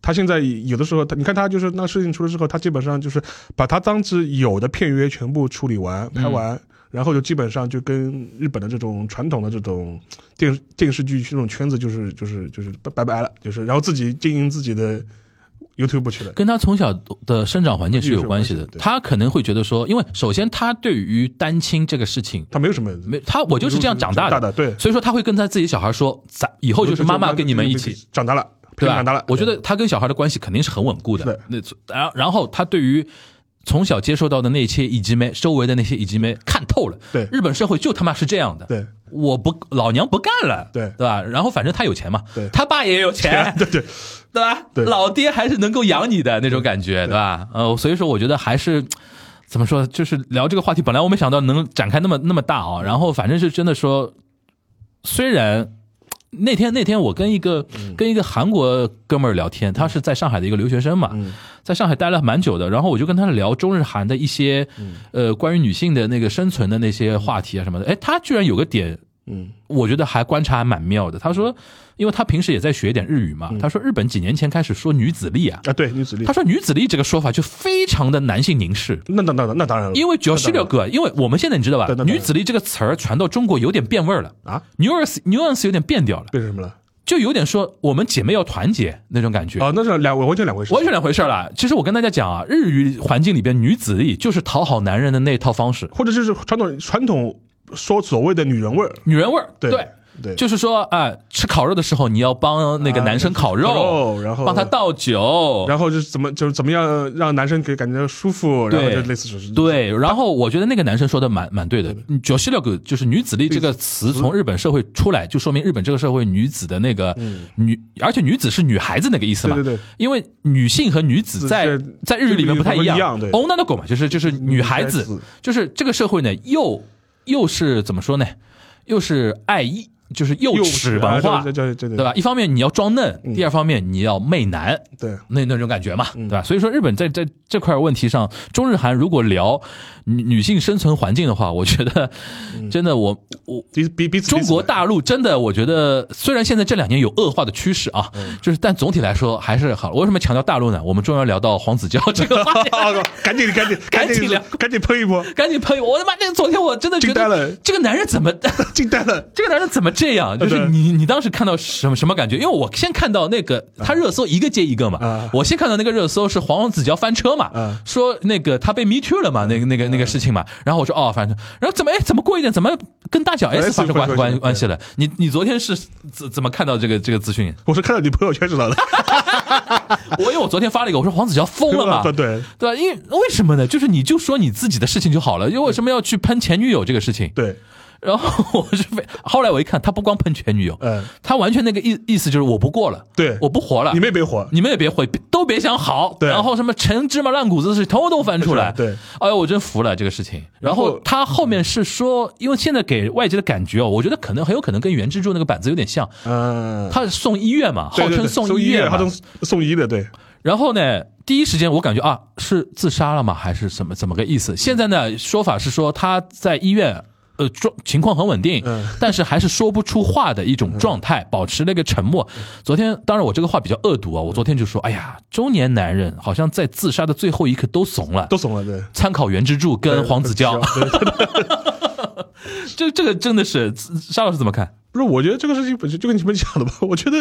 [SPEAKER 4] 他现在有的时候，他你看他就是那事情出了之后，他基本上就是把他当时有的片约全部处理完、
[SPEAKER 5] 嗯
[SPEAKER 4] 拍完，然后就基本上就跟日本的这种传统的这种电电视剧这种圈子就是就是就是拜拜了，就是然后自己经营自己的 YouTube 去了。
[SPEAKER 5] 跟他从小的生长环境是有关系的
[SPEAKER 4] 是有关系，的对
[SPEAKER 5] 他可能会觉得说，因为首先他对于单亲这个事情，
[SPEAKER 4] 他没有什么，
[SPEAKER 5] 没他我就是这样长大
[SPEAKER 4] 长大的对
[SPEAKER 5] 所以说他会跟他自己小孩说，咱以后就是妈妈跟你们一起，
[SPEAKER 4] 长大了，
[SPEAKER 5] 对吧？
[SPEAKER 4] 长大了，
[SPEAKER 5] 我觉得他跟小孩的关系肯定是很稳固的
[SPEAKER 4] 对。
[SPEAKER 5] 那然然后他对于从小接受到的那些以及没周围的那些以及没看透了。
[SPEAKER 4] 对
[SPEAKER 5] 日本社会就他妈是这样的。
[SPEAKER 4] 对。
[SPEAKER 5] 我不，老娘不干了，
[SPEAKER 4] 对
[SPEAKER 5] 对吧？然后反正他有钱嘛，
[SPEAKER 4] 对
[SPEAKER 5] 他爸也有钱，
[SPEAKER 4] 对对，
[SPEAKER 5] 对吧？
[SPEAKER 4] 对
[SPEAKER 5] 老爹还是能够养你的那种感觉，对吧？呃，所以说我觉得还是怎么说，就是聊这个话题，本来我没想到能展开那么那么大啊、然后反正是真的说，虽然。那天那天我跟一个跟一个韩国哥们儿聊天，他是在上海的一个留学生嘛，在上海待了蛮久的，然后我就跟他聊中日韩的一些呃关于女性的那个生存的那些话题啊什么的，哎，他居然有个点
[SPEAKER 4] 嗯
[SPEAKER 5] 我觉得还观察还蛮妙的。他说，因为他平时也在学一点日语嘛，他说日本几年前开始说女子力啊，
[SPEAKER 4] 啊，对女子力
[SPEAKER 5] 他，说女子力这个说法就非常的男性凝视。
[SPEAKER 4] 那那那那那当然了，
[SPEAKER 5] 因为主要是
[SPEAKER 4] 那
[SPEAKER 5] 六个，因为我们现在你知道吧
[SPEAKER 4] 对对，对
[SPEAKER 5] 女子力这个词儿传到中国有点变味儿了
[SPEAKER 4] 啊
[SPEAKER 5] ，nuance nuance 有点变掉了，
[SPEAKER 4] 变成什么了？
[SPEAKER 5] 就有点说我们姐妹要团结那种感觉，
[SPEAKER 4] 哦，那是两完全两回事，
[SPEAKER 5] 完全两回事儿了。其实我跟大家讲啊，日语环境里边女子力就是讨好男人的那套方式，
[SPEAKER 4] 或者就是传统传统说所谓的女人味儿，
[SPEAKER 5] 女人味儿，
[SPEAKER 4] 对
[SPEAKER 5] 对
[SPEAKER 4] 对
[SPEAKER 5] 就是说啊、吃烤肉的时候你要帮那个
[SPEAKER 4] 啊
[SPEAKER 5] 男生烤肉，
[SPEAKER 4] 烤肉然后
[SPEAKER 5] 帮他倒酒，
[SPEAKER 4] 然后就是怎么就是怎么样让男生给感觉舒服，然后就
[SPEAKER 5] 对
[SPEAKER 4] 类似就是
[SPEAKER 5] 对，然后我觉得那个男生说的蛮蛮对的，九十六个就是女子力这个词从日本社会出来，就说明日本这个社会女子的那个女，而且女子是女孩子那个意思嘛，
[SPEAKER 4] 嗯对对对，
[SPEAKER 5] 因为女性和女子
[SPEAKER 4] 子
[SPEAKER 5] 在
[SPEAKER 4] 是
[SPEAKER 5] 在日语里面不太一
[SPEAKER 4] 不一
[SPEAKER 5] 样
[SPEAKER 4] 样，对
[SPEAKER 5] 欧娜的狗嘛，就是就是女孩
[SPEAKER 4] 女孩
[SPEAKER 5] 子
[SPEAKER 4] 子，
[SPEAKER 5] 就是这个社会呢，又又是怎么说呢，又是爱意，就是幼
[SPEAKER 4] 幼啊
[SPEAKER 5] 齿
[SPEAKER 4] 齿
[SPEAKER 5] 文化，
[SPEAKER 4] 对对对对嗯
[SPEAKER 5] 对吧？一方面你要装嫩，第二方面你要媚男，
[SPEAKER 4] 对
[SPEAKER 5] 那那种感觉嘛，
[SPEAKER 4] 嗯
[SPEAKER 5] 对吧？所以说日本在在这块问题上，中日韩如果聊女女性生存环境的话，我觉得
[SPEAKER 4] 嗯
[SPEAKER 5] 真的我我。
[SPEAKER 4] 彼彼彼此
[SPEAKER 5] 中 国大陆真的，我觉得虽然现在这两年有恶化的趋势啊，
[SPEAKER 4] 嗯
[SPEAKER 5] 就是但总体来说还是好。为什么强调大陆呢？我们终于要聊到黄子佼这个话题了，
[SPEAKER 4] 啊，赶紧赶紧
[SPEAKER 5] 赶紧
[SPEAKER 4] 紧
[SPEAKER 5] 聊
[SPEAKER 4] 赶紧喷一波，
[SPEAKER 5] 赶紧喷！我他妈那昨天我真的觉
[SPEAKER 4] 惊呆
[SPEAKER 5] 得
[SPEAKER 4] 了
[SPEAKER 5] 这个男人怎么
[SPEAKER 4] 惊呆了。
[SPEAKER 5] 这个男人怎么这样？就是
[SPEAKER 4] 啊对
[SPEAKER 5] 你你当时看到什么什么感觉？因为我先看到那个他热搜一个接一个嘛
[SPEAKER 4] 啊，
[SPEAKER 5] 我先看到那个热搜是黄子佼翻车嘛
[SPEAKER 4] 嗯，
[SPEAKER 5] 说那个他被 me too 了嘛，那个那个那
[SPEAKER 4] 啊
[SPEAKER 5] 个事情嘛。然后我说哦，反正然后怎么哎怎么过一点，怎么跟大脚
[SPEAKER 4] 哎
[SPEAKER 5] S 发生关
[SPEAKER 4] 关
[SPEAKER 5] 关
[SPEAKER 4] 对
[SPEAKER 5] 关系了？你你昨天是怎怎么看到这个这个资讯？
[SPEAKER 4] 我是看到你朋友圈知道的，
[SPEAKER 5] 我因为我昨天发了一个，我说黄子佼疯了嘛，
[SPEAKER 4] 对对
[SPEAKER 5] 对吧？因为为什么呢？就是你就说你自己的事情就好了，因为为什么要去喷前女友这个事情？
[SPEAKER 4] 对，
[SPEAKER 5] 然后我是非后来我一看，他不光喷前女友，
[SPEAKER 4] 嗯
[SPEAKER 5] 他完全那个意意思就是我不过了，
[SPEAKER 4] 对
[SPEAKER 5] 我不活了，
[SPEAKER 4] 你们也别 火，
[SPEAKER 5] 你们也别回，都别想好，
[SPEAKER 4] 对
[SPEAKER 5] 然后什么陈芝麻烂谷子的事情统都翻出来，
[SPEAKER 4] 是对，
[SPEAKER 5] 哎呦，我真服了这个事情。然
[SPEAKER 4] 然
[SPEAKER 5] 后
[SPEAKER 4] 后
[SPEAKER 5] 他后面是说，因为现在给外界的感觉哦，我觉得可能很有可能跟原之助那个板子有点像，
[SPEAKER 4] 嗯，
[SPEAKER 5] 他送医院嘛，
[SPEAKER 4] 对
[SPEAKER 5] 号
[SPEAKER 4] 对
[SPEAKER 5] 称
[SPEAKER 4] 对
[SPEAKER 5] 送
[SPEAKER 4] 送
[SPEAKER 5] 医院
[SPEAKER 4] 他
[SPEAKER 5] 嘛，
[SPEAKER 4] 都送医的，对，
[SPEAKER 5] 然后呢，第一时间我感觉啊，是自杀了吗？还是什么怎么个意思？现在呢，说法是说他在医院。呃，状情况很稳定，
[SPEAKER 4] 嗯
[SPEAKER 5] 但是还是说不出话的一种状态，保持那个沉默。昨天，当然我这个话比较恶毒啊，我昨天就说，哎呀，中年男人好像在自杀的最后一刻都怂了，
[SPEAKER 4] 都怂了，对，
[SPEAKER 5] 参考袁之柱跟黄子佼，
[SPEAKER 4] 对对
[SPEAKER 5] 这这个真的是，沙老师怎么看？
[SPEAKER 4] 不是，我觉得这个事情本身就跟你们讲的吧。 我觉得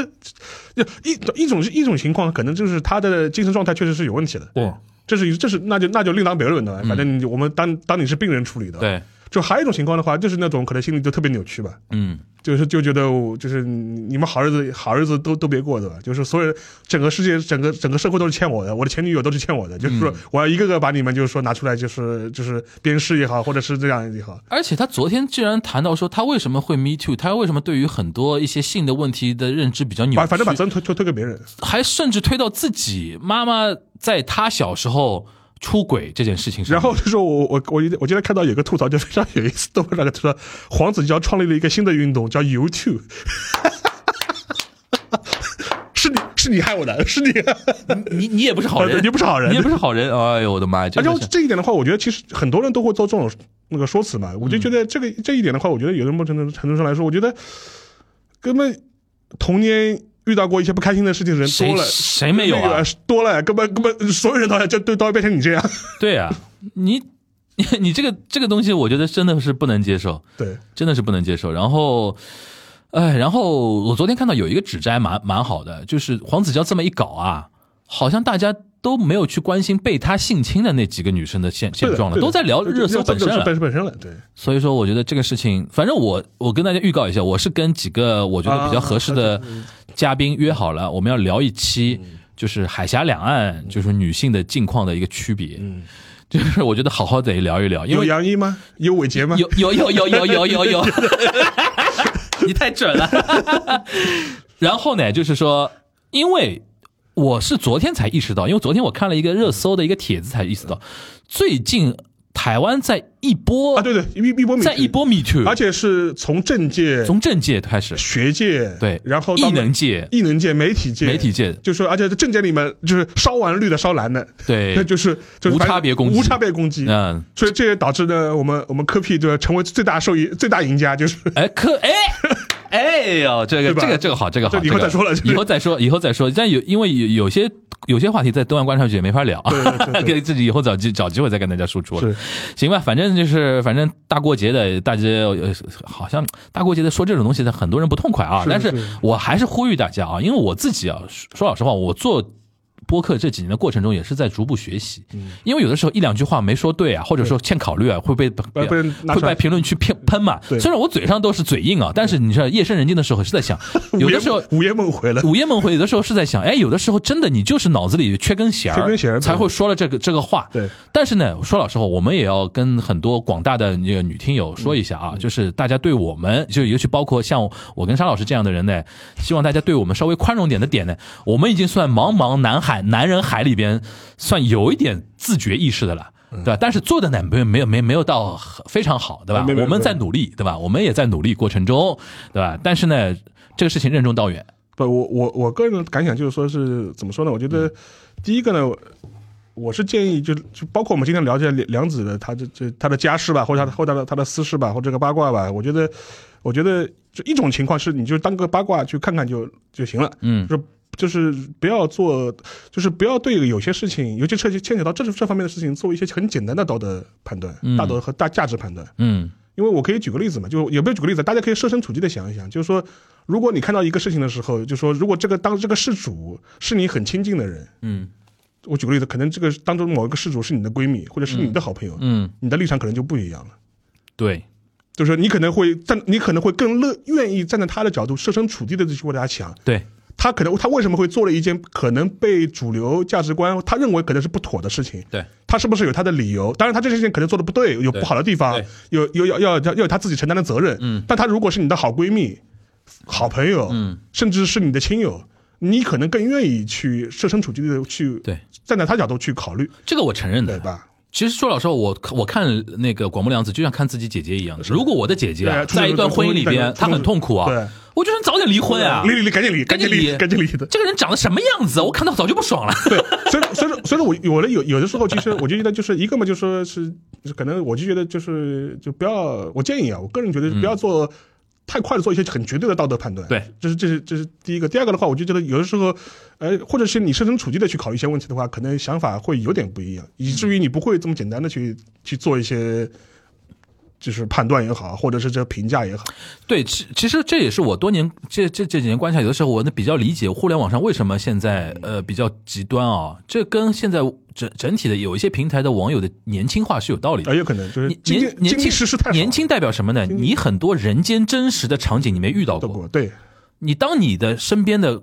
[SPEAKER 4] 一一种一种情况，可能就是他的精神状态确实是有问题的。
[SPEAKER 5] 对，
[SPEAKER 4] 这是一这是那就那就另当别论的。反正你我们当当你是病人处理的。，
[SPEAKER 5] 对，
[SPEAKER 4] 就还有一种情况的话，就是那种可能心里就特别扭曲吧，
[SPEAKER 5] 嗯，
[SPEAKER 4] 就是就觉得我就是你们好日子好日子都都别过对吧？就是所有人整个世界整个整个社会都是欠我的，我的前女友都是欠我的，就是说我要一个个把你们就是说拿出来，就是就是鞭尸也好，或者是这样也好。
[SPEAKER 5] 而且他昨天居然谈到说他为什么会 me too，他为什么对于很多一些性的问题的认知比较扭
[SPEAKER 4] 把
[SPEAKER 5] 曲，
[SPEAKER 4] 反正把责任推推推给别人，
[SPEAKER 5] 还甚至推到自己妈妈在他小时候出轨这件事情上。
[SPEAKER 4] 然后就是我我我我今天看到有个吐槽，就非常有意思，豆瓣上吐槽，黄子佼创立了一个新的运动叫 YouTube。是你是你害我的， 是你。
[SPEAKER 5] 你你也不是好人，
[SPEAKER 4] 呃对你不是好人
[SPEAKER 5] 你也不是好人。哎呦我的妈呀！
[SPEAKER 4] 而
[SPEAKER 5] 真
[SPEAKER 4] 且
[SPEAKER 5] 的
[SPEAKER 4] 我
[SPEAKER 5] 是
[SPEAKER 4] 这一点的话，我觉得其实很多人都会做这种那个说辞
[SPEAKER 5] 嗯
[SPEAKER 4] 嘛。我就觉得这个这一点的话，我觉得有的某种程度程度上来说，我觉得根本童年遇到过一些不开心的事情的人
[SPEAKER 5] 谁
[SPEAKER 4] 多了，呃
[SPEAKER 5] 谁没有啊？
[SPEAKER 4] 多了，根本根本所有人都要就都都要变成你这样。
[SPEAKER 5] 对啊，你 你这个这个东西，我觉得真的是不能接受，
[SPEAKER 4] 对，
[SPEAKER 5] 真的是不能接受。然后。哎，然后我昨天看到有一个指摘蛮蛮好的，就是黄子佼这么一搞啊，好像大家都没有去关心被他性侵的那几个女生的现
[SPEAKER 4] 对
[SPEAKER 5] 现
[SPEAKER 4] 的
[SPEAKER 5] 状了，
[SPEAKER 4] 对的
[SPEAKER 5] 都在聊热搜本身了。
[SPEAKER 4] 热搜本身了，对。
[SPEAKER 5] 所以说，
[SPEAKER 4] 嗯
[SPEAKER 5] 我觉得这个事情，反正我我跟大家预告一下，我是跟几个我觉得比较合适的嘉宾约好了，我们要聊一期，就是海峡两岸就是女性的境况的一个区别。嗯，就是我觉得好好得聊一聊，因
[SPEAKER 4] 有
[SPEAKER 5] 为
[SPEAKER 4] 杨一吗？有伟杰吗？
[SPEAKER 5] 有有有有有有有 有，你太准了。然后呢，就是说，因为我是昨天才意识到，因为昨天我看了一个热搜的一个帖子才意识到，最近台湾在一波
[SPEAKER 4] 啊，对对，一一波米，
[SPEAKER 5] 在一，波 Me Too，
[SPEAKER 4] 而且是从政界、
[SPEAKER 5] 从政界开始，
[SPEAKER 4] 学界
[SPEAKER 5] 对，
[SPEAKER 4] 然后
[SPEAKER 5] 艺
[SPEAKER 4] 到
[SPEAKER 5] 能界、
[SPEAKER 4] 艺能界、媒体界、
[SPEAKER 5] 媒体界
[SPEAKER 4] 就说，而且这政界里面就是烧完绿的、烧蓝的，
[SPEAKER 5] 对
[SPEAKER 4] 那就是就是
[SPEAKER 5] 无
[SPEAKER 4] 反正
[SPEAKER 5] 差别攻击
[SPEAKER 4] 无差别攻击，
[SPEAKER 5] 嗯，
[SPEAKER 4] 所以这也导致呢，我们我们科 P 就成为最大受益、最大赢家，就是
[SPEAKER 5] 哎，可哎。哎呦，这个
[SPEAKER 4] 对吧
[SPEAKER 5] 这个这个好，这个好，
[SPEAKER 4] 这以后
[SPEAKER 5] 这个
[SPEAKER 4] 再说了这个
[SPEAKER 5] 以后再说，以后再说。但有因为有有些有些话题在东岸观察局也没法聊， 给自己以后找机找机会再跟大家输出了。行吧，反正就是反正大过节的，大家呃好像大过节的说这种东西的，很多人不痛快啊。
[SPEAKER 4] 是
[SPEAKER 5] 但是
[SPEAKER 4] 是
[SPEAKER 5] 我还是呼吁大家啊，因为我自己啊，说说老实话，我做。播客这几年的过程中，也是在逐步学习，
[SPEAKER 4] 嗯
[SPEAKER 5] 因为有的时候一两句话没说对啊，或者说欠考虑啊，会被
[SPEAKER 4] 被被人拿
[SPEAKER 5] 会
[SPEAKER 4] 出来
[SPEAKER 5] 被评论区偏喷嘛。
[SPEAKER 4] 对
[SPEAKER 5] 虽然我嘴上都是嘴硬啊，但是你知道夜深人静的时候是 在想，有的时候
[SPEAKER 4] 午夜梦回了，
[SPEAKER 5] 午夜梦回，有的时候是在想，哎，有的时候真的你就是脑子里缺根弦儿，
[SPEAKER 4] 缺根弦儿
[SPEAKER 5] 才会说了这个这个话。
[SPEAKER 4] 对，
[SPEAKER 5] 但是呢，说老实话，我们也要跟很多广大的那个女听友说一下啊，
[SPEAKER 4] 嗯
[SPEAKER 5] 就是大家对我们，就尤其包括像我跟沙老师这样的人呢，希望大家对我们稍微宽容点的点呢，我们已经算茫茫南海男人海里边算有一点自觉意识的了。
[SPEAKER 4] 嗯
[SPEAKER 5] 对吧？但是做的呢，没有没有没有没有到很非常好，对吧？
[SPEAKER 4] 没没
[SPEAKER 5] 我们
[SPEAKER 4] 没
[SPEAKER 5] 在努力，对吧？我们也在努力过程中，对吧？但是呢，这个事情任重道远，
[SPEAKER 4] 不，我我我个人的感想就是说是怎么说呢？我觉得第一个呢，我我是建议就就包括我们今天聊这梁梁子的他这这他的家事吧，或者他的或者他的他的私事吧，或者这个八卦吧，我觉得我觉得就一种情况是你就当个八卦去看看就就行了，
[SPEAKER 5] 嗯
[SPEAKER 4] 就是。就是不要做，就是不要对有些事情，尤其涉及牵扯到这这方面的事情，做一些很简单的道德判断、道德和大价值判断。
[SPEAKER 5] 嗯。
[SPEAKER 4] 因为我可以举个例子嘛，就也不是举个例子，大家可以设身处地的想一想，就是说，如果你看到一个事情的时候，就说如果这个当这个事主是你很亲近的人，
[SPEAKER 5] 嗯
[SPEAKER 4] 我举个例子，可能这个当中某一个事主是你的闺蜜或者是你的好朋友，
[SPEAKER 5] 嗯，
[SPEAKER 4] 你的立场可能就不一样了。
[SPEAKER 5] 对，
[SPEAKER 4] 就是你可能会站，你可能会更乐愿意站在他的角度，设身处地的去为他想，
[SPEAKER 5] 对，
[SPEAKER 4] 他可能他为什么会做了一件可能被主流价值观他认为可能是不妥的事情，
[SPEAKER 5] 对，
[SPEAKER 4] 他是不是有他的理由？当然，他这件事情可能做的不对，有不好的地方
[SPEAKER 5] 对，
[SPEAKER 4] 有有要要要有他自己承担的责任。嗯，但他如果是你的好闺蜜、好朋友，嗯，甚至是你的亲友，你可能更愿意去设身处地的去
[SPEAKER 5] 对
[SPEAKER 4] 站在他角度去考虑，
[SPEAKER 5] 这个我承认
[SPEAKER 4] 对
[SPEAKER 5] 的。
[SPEAKER 4] 吧？
[SPEAKER 5] 其实说老实话，我我看那个广播良子，就像看自己姐姐一样的。如果我的姐姐
[SPEAKER 4] 对
[SPEAKER 5] 啊，
[SPEAKER 4] 啊
[SPEAKER 5] 在一段婚姻里
[SPEAKER 4] 冲动
[SPEAKER 5] 边，
[SPEAKER 4] 冲动
[SPEAKER 5] 她很痛苦啊，
[SPEAKER 4] 对
[SPEAKER 5] 我就想早点离婚啊。
[SPEAKER 4] 离离离，赶紧离，赶紧离，
[SPEAKER 5] 赶
[SPEAKER 4] 赶紧离的。
[SPEAKER 5] 这个人长得什么样子啊？我看到早就不爽了。
[SPEAKER 4] 对，所以所以说所以说我有的有有的时候，其实我就觉得就是一个嘛，就说是可能我就觉得就是就不要，我建议啊，我个人觉得不要做。太快的做一些很绝对的道德判断，
[SPEAKER 5] 嗯对，
[SPEAKER 4] 这是这是这是第一个。第二个的话，我就觉得有的时候，呃，或者是你设身处地的去考虑一些问题的话，可能想法会有点不一样，以至于你不会这么简单的去去做一些，就是判断也好，或者是这评价也好。
[SPEAKER 5] 对，其其实这也是我多年这这这几年观察，有的时候我能比较理解互联网上为什么现在呃比较极端啊，这跟现在整整体的有一些平台的网友的年轻化是有道理的
[SPEAKER 4] 啊，。有可能就是
[SPEAKER 5] 年
[SPEAKER 4] 经
[SPEAKER 5] 年
[SPEAKER 4] 历
[SPEAKER 5] 年
[SPEAKER 4] 经历
[SPEAKER 5] 轻
[SPEAKER 4] 时事太少
[SPEAKER 5] 年轻代表什么呢？你很多人间真实的场景你没遇到
[SPEAKER 4] 的
[SPEAKER 5] 过，
[SPEAKER 4] 过，对，
[SPEAKER 5] 你当你的身边的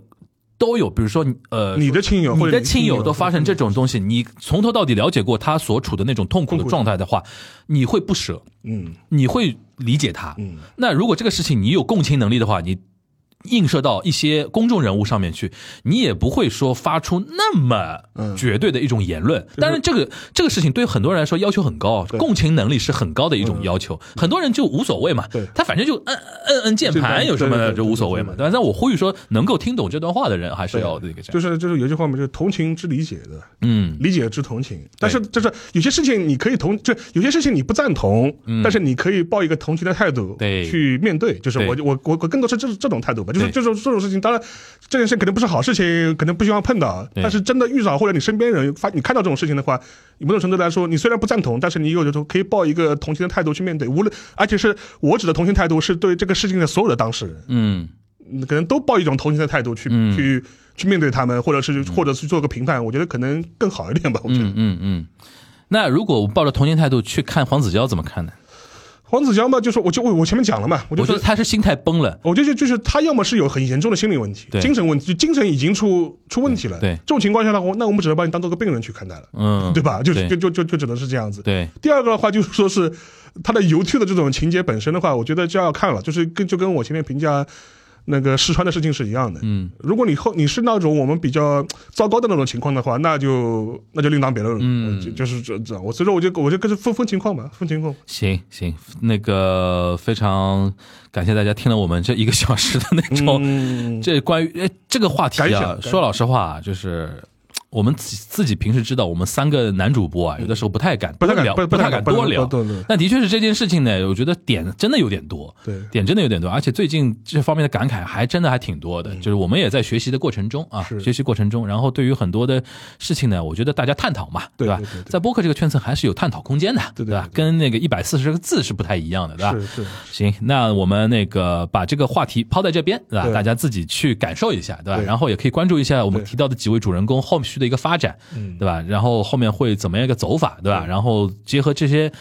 [SPEAKER 5] 都有，比如说你呃，
[SPEAKER 4] 你的亲友
[SPEAKER 5] 你
[SPEAKER 4] 或者
[SPEAKER 5] 的
[SPEAKER 4] 你
[SPEAKER 5] 亲
[SPEAKER 4] 亲
[SPEAKER 5] 友嗯
[SPEAKER 4] 友
[SPEAKER 5] 都发生这种东西，你从头到底了解过他所处的那种痛苦的
[SPEAKER 4] 痛苦
[SPEAKER 5] 状态的话，你会不舍，
[SPEAKER 4] 嗯
[SPEAKER 5] 你会理解他。
[SPEAKER 4] 嗯，
[SPEAKER 5] 那如果这个事情你有共情能力的话，你映射到一些公众人物上面去，你也不会说发出那么
[SPEAKER 4] 嗯
[SPEAKER 5] 绝对的一种言论。当然，这个这个事情对很多人来说要求很高，共情能力是很高的一种要求。很多人就无所谓嘛
[SPEAKER 4] 嗯对，
[SPEAKER 5] 他反正就摁摁摁键
[SPEAKER 4] 键
[SPEAKER 5] 盘
[SPEAKER 4] 盘
[SPEAKER 5] 有什么
[SPEAKER 4] 对
[SPEAKER 5] 的
[SPEAKER 4] 对对
[SPEAKER 5] 就无所谓嘛
[SPEAKER 4] 对。对
[SPEAKER 5] 但是我呼吁说，能够听懂这段话的人还是要那个这样。
[SPEAKER 4] 就是就是有句话嘛，就是同情之理解的，
[SPEAKER 5] 嗯，
[SPEAKER 4] 理解之同情。但是就是有些事情你可以同，就有些事情你不赞同，但是你可以抱一个同情的态度
[SPEAKER 5] 嗯对
[SPEAKER 4] 去面对。就是我
[SPEAKER 5] 对
[SPEAKER 4] 我我我更多是这这种态度吧，就是
[SPEAKER 5] 对
[SPEAKER 4] 这种这种事情，当然这件事肯定不是好事情，可能不希望碰到。
[SPEAKER 5] 对
[SPEAKER 4] 但是真的遇到或者你身边人发你看到这种事情的话，某种程度来说，你虽然不赞同，但是你有的时候可以抱一个同情的态度去面对。无论而且是我指的同情态度，是对这个事情的所有的当事人。
[SPEAKER 5] 嗯，
[SPEAKER 4] 嗯可能都抱一种同情的态度去、
[SPEAKER 5] 嗯
[SPEAKER 4] 去去面对他们，或者是或者去做个评判，我觉得可能更好一点吧。我觉得、
[SPEAKER 5] 嗯嗯嗯。那如果我抱着同情态度去看黄子佼，怎么看呢？
[SPEAKER 4] 黄子佼嘛，就是我就我我前面讲了嘛，我就
[SPEAKER 5] 我觉
[SPEAKER 4] 说
[SPEAKER 5] 得他是心态崩了，
[SPEAKER 4] 我就就就是他要么是有很严重的心理问题、
[SPEAKER 5] 对
[SPEAKER 4] 精神问题，就精神已经出出问题了。
[SPEAKER 5] 对对
[SPEAKER 4] 这种情况下的话，那我们只能把你当做个病人去看待了，
[SPEAKER 5] 嗯，
[SPEAKER 4] 对吧？就
[SPEAKER 5] 对
[SPEAKER 4] 就就就就只能是这样子。
[SPEAKER 5] 对，
[SPEAKER 4] 第二个的话，就是说是他的 YouTube 的这种情节本身的话，我觉得就要看了，就是跟就跟我前面评价那个试穿的事情是一样的。
[SPEAKER 5] 嗯
[SPEAKER 4] 如果你后你是那种我们比较糟糕的那种情况的话，那就那就另当别论了。
[SPEAKER 5] 嗯
[SPEAKER 4] 就就是这这样，我所以说我就我就跟着分分情况吧，分情况。
[SPEAKER 5] 行行，那个非常感谢大家听了我们这一个小时的那种、
[SPEAKER 4] 嗯，
[SPEAKER 5] 这关于哎这个话题
[SPEAKER 4] 感想
[SPEAKER 5] 啊
[SPEAKER 4] 感，想
[SPEAKER 5] 说老实话啊，就是我们自己自己平时知道，我们三个男主播啊，有的时候不太敢
[SPEAKER 4] 不
[SPEAKER 5] 多
[SPEAKER 4] 太敢
[SPEAKER 5] 聊，
[SPEAKER 4] 不
[SPEAKER 5] 不
[SPEAKER 4] 太
[SPEAKER 5] 太
[SPEAKER 4] 敢
[SPEAKER 5] 敢
[SPEAKER 4] 不
[SPEAKER 5] 多
[SPEAKER 4] 太
[SPEAKER 5] 聊
[SPEAKER 4] 敢多聊。
[SPEAKER 5] 但的确是这件事情呢，我觉得点真的有点多，
[SPEAKER 4] 对
[SPEAKER 5] 点真的有点多，而且最近这方面的感慨还真的还挺多的。就是我们也在学习的过程中啊，
[SPEAKER 4] 嗯是
[SPEAKER 5] 学习过程中，然后对于很多的事情呢，我觉得大家探讨嘛，
[SPEAKER 4] 对
[SPEAKER 5] 吧
[SPEAKER 4] 对对？对
[SPEAKER 5] 在播客这个圈层还是有探讨空间的，
[SPEAKER 4] 对对
[SPEAKER 5] 吧
[SPEAKER 4] 对？对
[SPEAKER 5] 跟那个一百四十个字是不太一样的，对吧？
[SPEAKER 4] 是是，
[SPEAKER 5] 行，那我们那个把这个话题抛在这边，对吧？
[SPEAKER 4] 对
[SPEAKER 5] 大家自己去感受一下，对吧？
[SPEAKER 4] 对
[SPEAKER 5] 然后也可以关注一下我们
[SPEAKER 4] 对嗯
[SPEAKER 5] 提到的几位主人公后续的一个发展，对吧？然后后面会怎么样一个走法，对吧？然后结合这些。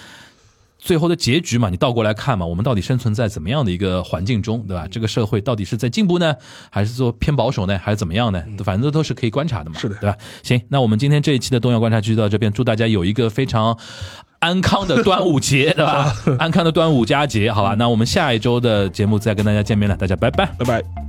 [SPEAKER 5] 最后的结局嘛，你倒过来看嘛，我们到底生存在怎么样的一个环境中，对吧？这个社会到底是在进步呢，还是说偏保守呢，还是怎么样呢？反正都是可以观察的嘛，
[SPEAKER 4] 是的
[SPEAKER 5] 对吧？行，那我们今天这一期的东亚观察局就到这边，祝大家有一个非常安康的端午节，对吧？安康的端午佳节，好吧？那我们下一周的节目再跟大家见面了，大家拜拜。
[SPEAKER 4] 拜拜。